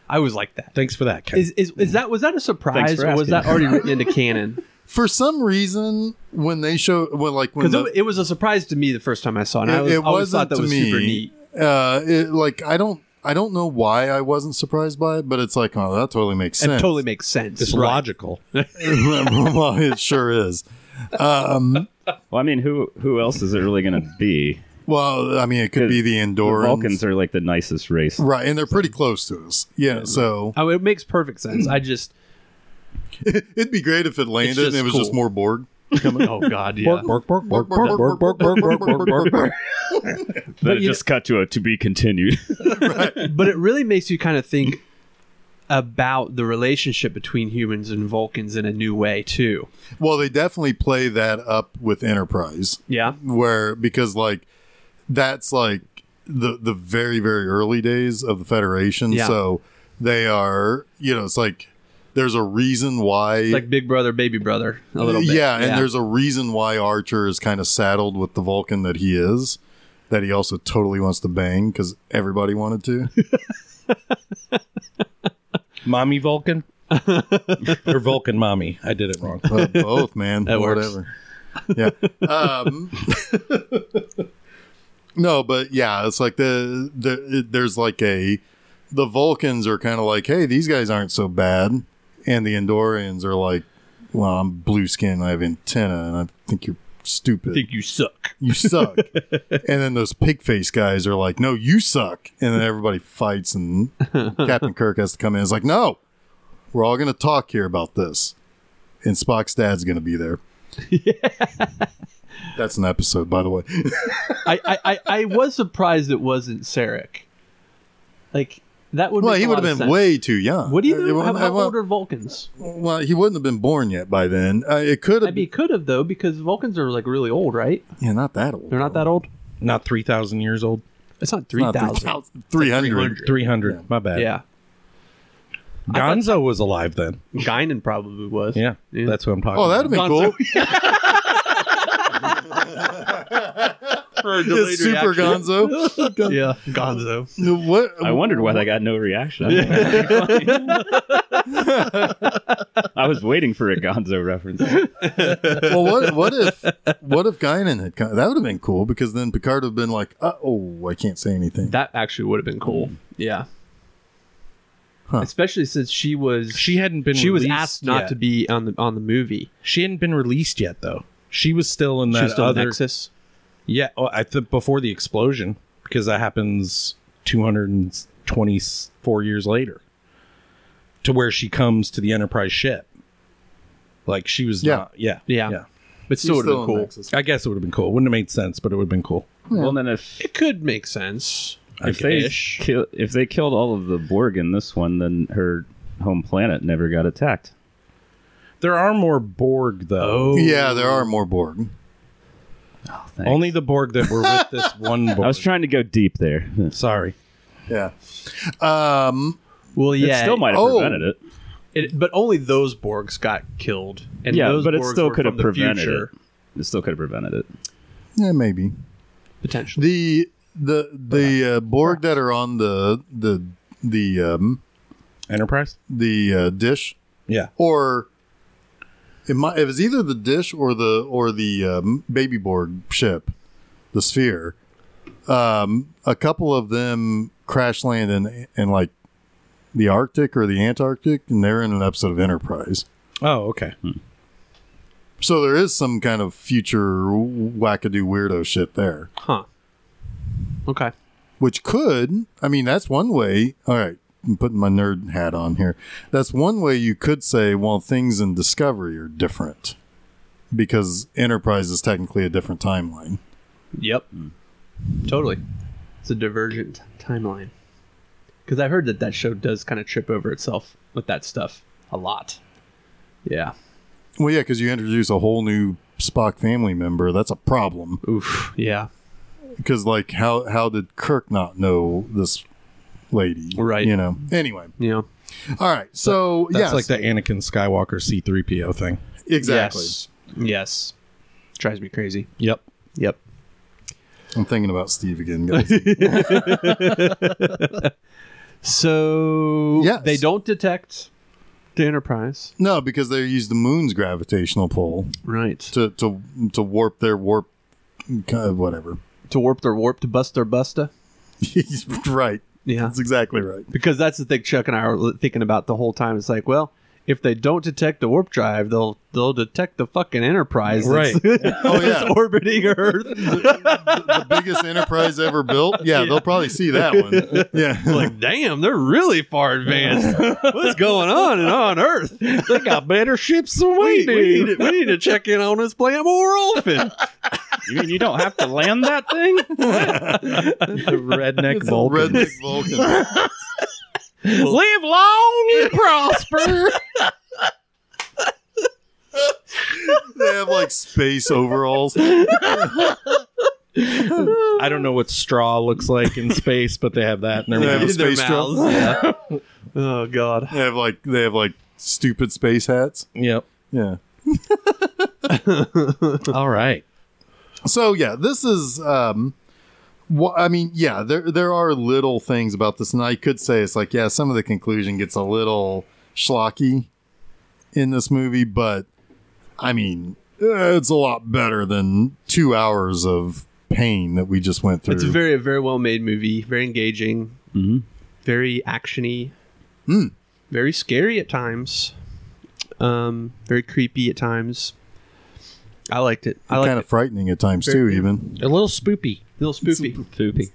I was like that.
Thanks for that, Ken.
Is, is, is that was that a surprise
Thanks for
or was
asking.
that already written (laughs) into canon?
For some reason, when they show, well, like when
Because
the,
it, it was a surprise to me the first time I saw it. And I was, always thought that was super neat.
Uh, it, like I don't, I don't know why I wasn't surprised by it, but it's like, oh, that totally makes
It
sense. (laughs)
totally makes sense.
it's
Right.
logical.
well, it sure is. Um,
Well, I mean, who who else is it really going to be?
well, I mean, it could be the
The
Andorans,
Vulcans are like the nicest race.
right? And they're pretty close to us. Yeah, so
Oh, it makes perfect sense. I just
it'd be great if it landed and
just
it was just
cool.
more Borg.
oh god, yeah.
Bork, bork, bork,
Bork,
bork, bork, bork, borg, borg, borg, borg, borg.
But
it
it
just
just cut to a to be continued.
but it really makes you kind of think about the relationship between humans and Vulcans in a new way too.
Well, they definitely play that up with Enterprise.
Yeah.
where because like that's like the the very very early days of the federation
Yeah.
so they are you know it's like there's a reason why
It's like Big Brother, Baby Brother, a little bit.
yeah and there's a reason why archer is kind of saddled with the vulcan that he is that he also totally wants to bang because everybody wanted to
Mommy Vulcan? or Vulcan mommy. I did it wrong.
but
(laughs)
both man
That works.
whatever yeah um (laughs) no but yeah it's like the, the it- there's like a the vulcans are kind of like hey these guys aren't so bad and the andorians are like well i'm blue skin i have antenna and i think you're stupid
I think you suck.
you
(laughs)
suck and then those pig face guys are like no you suck and then everybody fights
(laughs)
and captain kirk has to come in it's like no we're all going to talk here about this and spock's dad's going to be
(laughs)
there that's an episode by the way
I, I, I, I was surprised it wasn't Sarek. Like that would
Well,
make
he
a
would
lot
have
of
been
sense.
way Uh, too young.
What do you
It
know?
wouldn't-
How,
it
how
wouldn't-
old are Vulcans?
Well, he wouldn't have been born yet by then. Uh, it could have.
I'd be could have though, because Vulcans are like really old, right?
yeah, not that old.
They're not that old.
Not 3,000 years old.
It's not three
Not
thousand.
3,000. 300.
300. My bad.
Yeah,
Gonzo was alive then.
Guinan probably was.
Yeah. That's what I'm talking
Oh,
about.
that'd have been
(laughs)
cool.
Gonzo.
Just super Gonzo.
(laughs) Yeah, Gonzo.
What?
I wondered why they got no reaction. I think that'd be funny. I was waiting for a Gonzo reference.
well, what? What if? What if Guinan had come? That would have been cool because then Picard would have been like, uh, "Oh, I can't say anything."
That actually would have been
Hmm.
cool. Yeah.
Huh.
Especially since she was
She hadn't been
she was
released
asked not
yet.
to be on the on the movie.
She hadn't been released yet, though. She was still in that
She was still in
other.
Nexus.
Yeah, oh, I th- before the explosion, because that happens 224 years later, to where she comes to the Enterprise ship. Like she was,
Yeah.
not- yeah,
Yeah. But
He's
still would have been
in
cool.
Nexus.
I guess it would have been cool. Wouldn't have made sense, but it would have been cool.
Well, then if
It could make sense.
I
if they
guess.
kill, if they killed all of the Borg in this one, then her home planet never got attacked.
There are more Borg
Oh,
though.
Yeah, there are more Borg.
Thanks.
Only the Borg that were with this one Borg.
I was trying to go deep there.
Sorry.
Yeah. Um.
Well, yeah.
it still might have
oh.
prevented it.
It- but only those Borgs got killed, and
yeah,
those
but it
Borgs
still
were
could
from
have
the
prevented
future,
it. It still could have prevented it.
Yeah, maybe.
potentially.
The the the uh, Borg that are on the the the um
Enterprise.
the uh, dish
Yeah.
or it might it was either the dish or the or the um, baby board ship, the sphere. Um, a couple of them crash land in in like the Arctic or the Antarctic, and they're in an episode of Enterprise.
Oh, okay.
So there is some kind of future wackadoo weirdo shit there,
Huh. Okay.
which could. I mean, that's one way. All right. I'm putting my nerd hat on here. That's one way you could say, well, things in Discovery are different because Enterprise is technically a different timeline.
Yep.
Hmm.
Totally. It's a divergent timeline. Because I heard that that show does kind of trip over itself with that stuff a lot. Yeah.
Well, yeah, because you introduce a whole new Spock family member. That's a problem.
Oof. Yeah.
Because, like, how, how did Kirk not know this lady?
Right.
You know? Anyway.
You know.
All right. So, yes.
That's like the Anakin Skywalker C3PO thing.
Exactly.
Yes. Yes. Drives me crazy.
Yep.
Yep.
I'm thinking about Steve again, guys.
So
Yes.
they don't detect the Enterprise,
No, because they use the moon's gravitational pull
right?
to to to warp their warp, uh, whatever. (laughs)
To warp their warp, to bust their busta.
He's right.
Yeah,
That's exactly right.
because that's the thing Chuck and I are thinking about the whole time. It's like, well, if they don't detect the warp drive, they'll they'll detect the fucking Enterprise, (laughs) that's-
Oh yeah,
that's orbiting Earth. (laughs)
the biggest Enterprise ever built. Yeah, they'll probably see that one. (laughs) Yeah,
like, damn, they're really far advanced. (laughs) What's going on and on Earth? They got better ships than we, do. We need, to, we need to check in on this planet more (laughs) often.
You mean you don't have to land
(laughs)
that thing? (laughs)
It's
redneck
a (laughs) redneck Vulcan.
Live long and prosper.
they have like space overalls. Yeah,
(laughs) I don't know what straw looks like in space, but they have that in their
They have a
mouth.
In their
space drill.
mouths, (laughs) yeah. Oh God.
They have like they have like stupid space hats.
Yep.
Yeah.
All right.
So yeah, this is um wha- I mean, yeah, there there are little things about this and I could say it's like yeah, some of the conclusion gets a little schlocky in this movie, but I mean, eh, it's a lot better than 2 hours of pain that we just went through.
It's a very very well made movie, very engaging, very actiony,
Hmm.
very scary at times, um, very creepy at times. I liked it. I liked
kind of frightening at times too
Very-
even.
A little spoopy.
it. A little spoopy.
Poopy.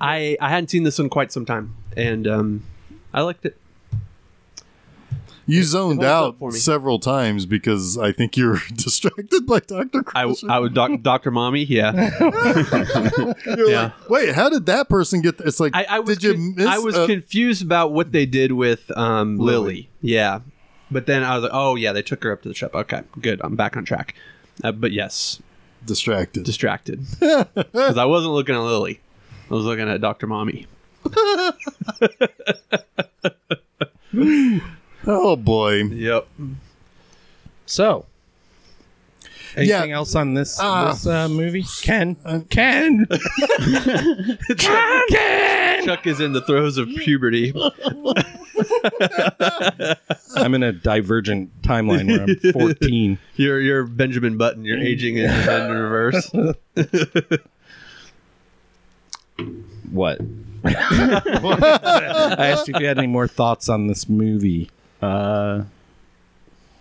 I I hadn't seen this in quite some time, and um, I liked it.
You
holds
zoned
up
out
for me.
several times because I think you're (laughs) distracted by Dr.
I,
Crusher.
I would doc, Doctor
(laughs)
Mommy, yeah.
You're
yeah.
like, Wait, how did that person get? Th-? It's like,
I, I was
did you
con-
miss?
I was
a-
confused about what they did with um, Lily.
Lily.
yeah. But then I was like, oh yeah, they took her up to the ship. Okay, good. I'm back on track. Uh, but yes,
distracted.
(laughs) distracted because I wasn't looking at Lily. I was looking at Doctor Mommy.
oh boy.
Yep.
So, anything
Yeah.
else on this
Uh,
this uh, movie? Ken, Ken, Ken, Ken.
Chuck is in the throes of puberty.
I'm in a divergent timeline where I'm 14.
You're you're Benjamin Button. You're aging in,
(laughs)
in reverse.
What?
I asked you if you had any more thoughts on this movie.
Uh,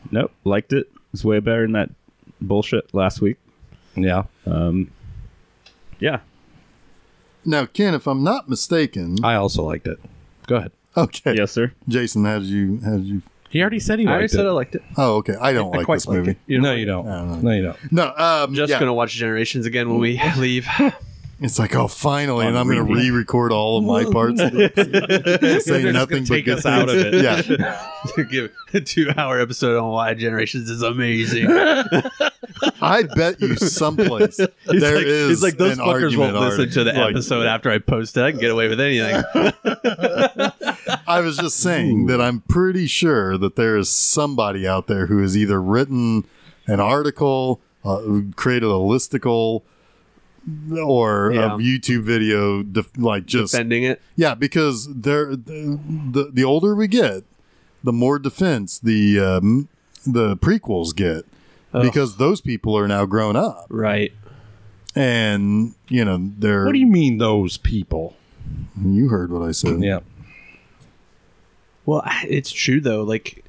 nope. Liked it. It's way better than that bullshit last week.
Yeah,
Um, yeah.
Now, Ken, if I'm not mistaken,
I also liked it. Go ahead.
okay,
Yes, sir.
Jason, how did you? How did you?
He already said he
I
liked
already
it.
said I liked it.
Oh, okay. I don't
I
like
quite
this
like
movie.
it. You
no,
don't
you don't.
I don't know.
No, you don't.
No, um,
Just
yeah.
gonna watch Generations again when we (laughs) leave.
It's like, oh, finally,
On
and I'm going to
repeat.
re-record all of my
(laughs)
parts. (laughs)
gonna
Say nothing but
take
good
us out of
things.
it.
Yeah,
Give a two-hour episode on why Generations is amazing.
I bet you someplace there is
(laughs) He's like, he's like those
an
fuckers won't
argument
listen
already."
to the
Like,
episode after I post it. I can get away
(laughs)
with anything.
I was just saying that I'm pretty sure that there is somebody out there who has either written an article, uh, created a listicle, or
Yeah.
a YouTube video, def- like just
Sending it.
yeah, because there the, the the older we get, the more defense the um, the prequels get. Because those people are now grown up,
Right.
and you know they're.
What do you mean those people?
You heard what I said.
Yeah.
Well, (sighs) it's true though. Like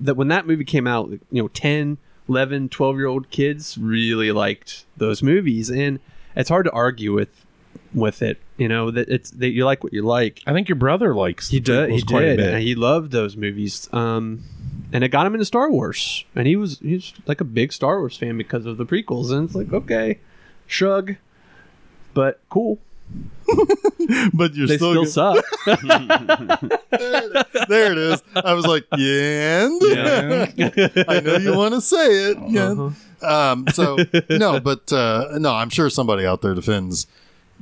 that when that movie came out, you know, 10, 11, 12 year old kids really liked those movies and it's hard to argue with with it, you know, that it's that you like what you like.
I think your brother likes.
He
the
did. He
prequels quite a
did.
bit.
and he loved those movies. Um, and it got him into Star Wars. And he was he's like a big Star Wars fan because of the prequels. And it's like okay, shrug, but cool.
But you're
They
still,
still, suck. (laughs)
(laughs) there it is. I was like, yeah, and (laughs) I know you want to say it. Yeah.
Uh-huh.
Um, so no, but uh, no, I'm sure somebody out there defends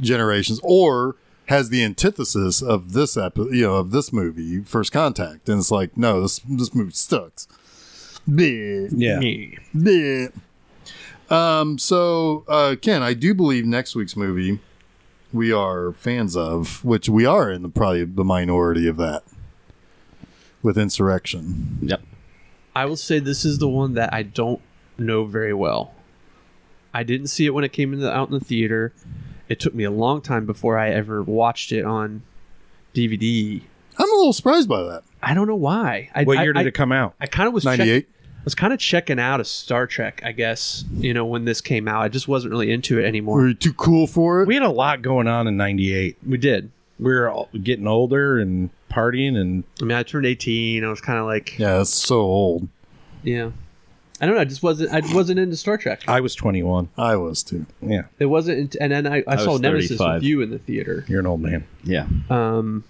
generations or has the antithesis of this ep- you know, of this movie, First Contact, and it's like, no, this this movie sucks. Bleh,
yeah.
bleh. Um, so uh, Ken, I do believe next week's movie we are fans of, which we are in the, probably the minority of that with Insurrection.
Yep.
I will say this is the one that I don't know very well. I didn't see it when it came in the, out in the theater. It took me a long time before I ever watched it on DVD.
I'm a little surprised by that.
I don't know why. I,
What
I-
year did
I-
it come out?
I kind of was check-
98.
I was kind of checking out of Star Trek, I guess. You know, when this came out, I just wasn't really into it
Were
anymore.
you too cool for it?
We had a lot going on in '98.
We did.
We were all getting older and partying, and
I mean, I turned eighteen. I was kind of like, yeah.
yeah, that's so old.
I don't know. I just wasn't. I wasn't into Star Trek.
I was 21.
I was too.
Yeah,
It wasn't. And then I, I, saw
was
Nemesis
35.
with you in the theater.
you're an old man.
Yeah.
Um,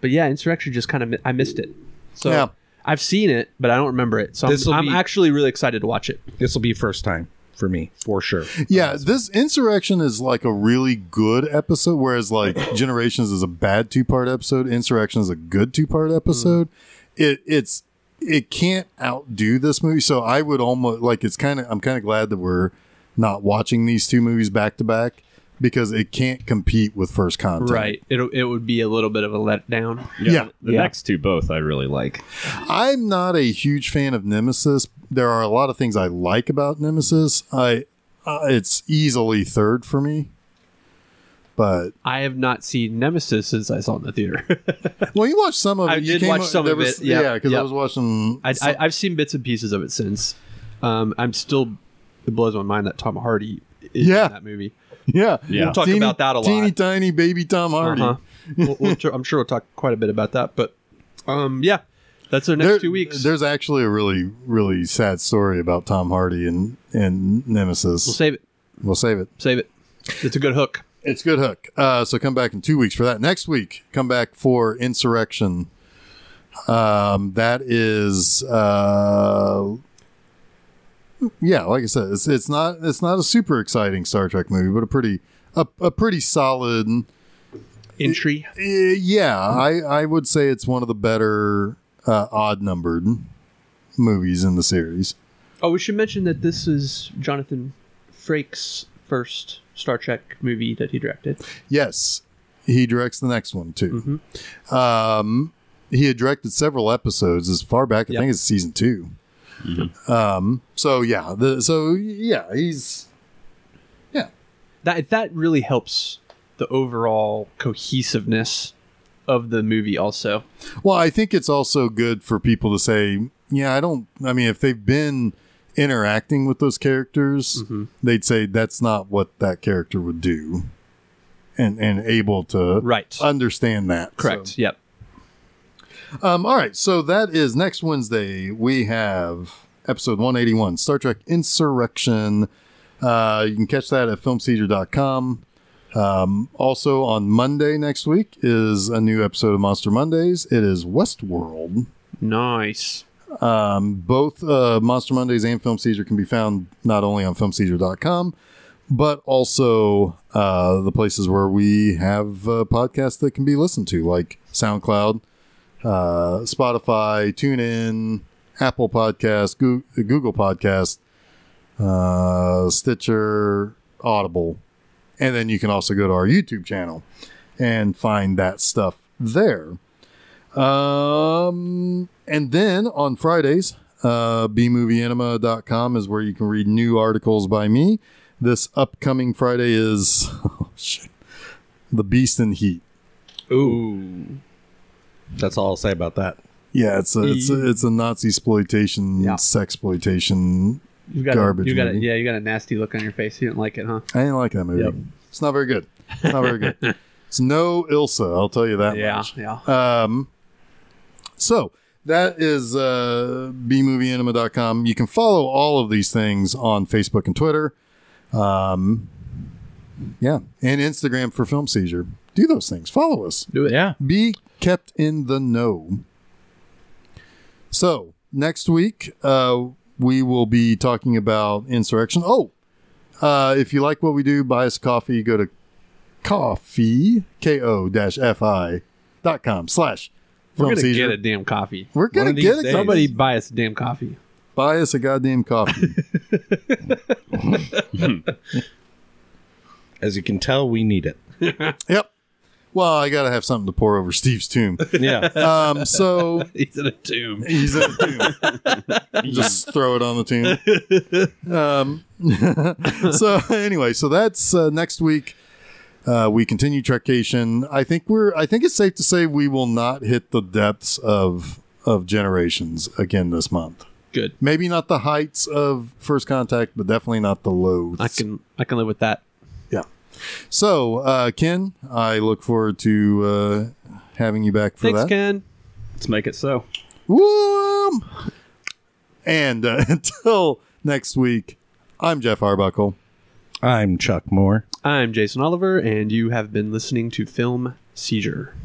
but yeah, Insurrection just kind of I missed it. So
Yeah.
I've seen it, but I don't remember it. So
This'll
I'm,
be-
I'm actually really excited to watch it.
This will be first time for me for sure.
Yeah, this Insurrection is like a really good episode, whereas like Generations is a bad two part episode. Insurrection is a good two part episode. It it's it can't outdo this movie. So I would almost like it's kind of I'm kind of glad that we're not watching these two movies back to back because it can't compete with First Contact.
Right. It it would be a little bit of a letdown.
Yeah.
The
Yeah.
next two both I really like.
I'm not a huge fan of Nemesis. There are a lot of things I like about Nemesis. I uh, it's easily third for me. But
I have not seen Nemesis since I saw it in the theater. (laughs)
Well, you watched some of it.
I
you
did watch some
there
of
was-
it, yeah,
yeah, because
yeah.
I was watching.
I, I I've seen bits and pieces of it since. Um, I'm still it blows my mind that Tom Hardy is
Yeah.
in that movie.
(laughs) yeah,
Yeah. We'll
talk
Teeny-
about that a lot.
Teeny tiny baby Tom Hardy.
Uh-huh. we'll, we'll, tr- I'm sure we'll talk quite a bit about that. But um, yeah, that's our next
There-
two weeks.
There's actually a really, really sad story about Tom Hardy and and Nemesis.
We'll save it.
We'll save it.
Save it. It's a good hook.
It's good hook. Uh, so come back in two weeks for that. Next week, come back for Insurrection. Um, that is, uh, yeah, like I said, it's it's not it's not a super exciting Star Trek movie, but a pretty a, a pretty solid.
Entry.
Uh, yeah, I, I would say it's one of the better uh, odd numbered movies in the series.
Oh, we should mention that this is Jonathan Frakes' first Star Trek movie that he directed.
Yes, he directs the next one too. Um, he had directed several episodes as far back, I
Yep.
think it's season 2 Um, so yeah, the, so yeah, he's yeah,
That that really helps the overall cohesiveness of the movie. Also,
Well, I think it's also good for people to say, yeah, I don't. I mean, if they've been interacting with those characters,
Mm-hmm.
they'd say that's not what that character would do, and and able to
Right.
understand that.
correct.
Uh, So,
Yep.
um. All right. So that is next Wednesday. We have episode one eighty one, Star Trek Insurrection. Uh, you can catch that at filmseizure.com. Um, also on Monday next week is a new episode of Monster Mondays. It is Westworld.
Nice.
Um, both uh, Monster Mondays and Film Seizure can be found not only on filmseizure.com, but also uh, the places where we have uh, podcasts that can be listened to, like SoundCloud, uh, Spotify, TuneIn, Apple Podcast, Goo- Google Podcast, uh, Stitcher, Audible. And then you can also go to our YouTube channel and find that stuff there. Um, and then on Fridays, uh, bmovieanima.com is where you can read new articles by me. This upcoming Friday is (laughs) oh, shit, The Beast in Heat.
Ooh, that's all I'll say about that.
Yeah, it's a it's a, it's a Nazi exploitation,
Yeah.
sexploitation.
You've got
Garbage
A, you got
movie.
a, yeah. You got a nasty look on your face. You didn't like it, huh?
I didn't like that movie.
Yep.
It's not very good. It's not very good.
(laughs)
It's no Ilsa, I'll tell you that
Yeah.
much.
Yeah.
Um, so that is uh, bmovieanima.com. You can follow all of these things on Facebook and Twitter. Um, yeah, and Instagram for Film Seizure. Do those things. Follow us.
Do it.
Yeah,
Be kept in the know. So next week, uh, we will be talking about insurrection. Oh, uh, if you like what we do, buy us coffee. Go to coffee ko fi dot com slash.
We're
Film
gonna
Seizure.
get a damn coffee.
We're
One
gonna
of these
get it.
days.
Somebody buy us a damn coffee.
buy us a goddamn coffee.
As you can tell, we need it.
Yep. Well, I got to have something to pour over Steve's tomb.
(laughs)
Yeah.
Um, so
He's in a tomb.
He's in the
(laughs)
tomb. Just throw it on the tomb. Um, (laughs) so anyway, so that's uh, next week. Uh, we continue trekcation. I think we're. I think it's safe to say we will not hit the depths of of generations again this month.
Good.
Maybe not the heights of first contact, but definitely not the lows.
I can I can live with that.
So, uh, Ken, I look forward to uh, having you back for
Thanks,
that.
Ken.
Let's make it so.
Whoom! And uh, (laughs) until next week, I'm Jeff Arbuckle.
I'm Chuck Moore.
I'm Jason Oliver, and you have been listening to Film Seizure.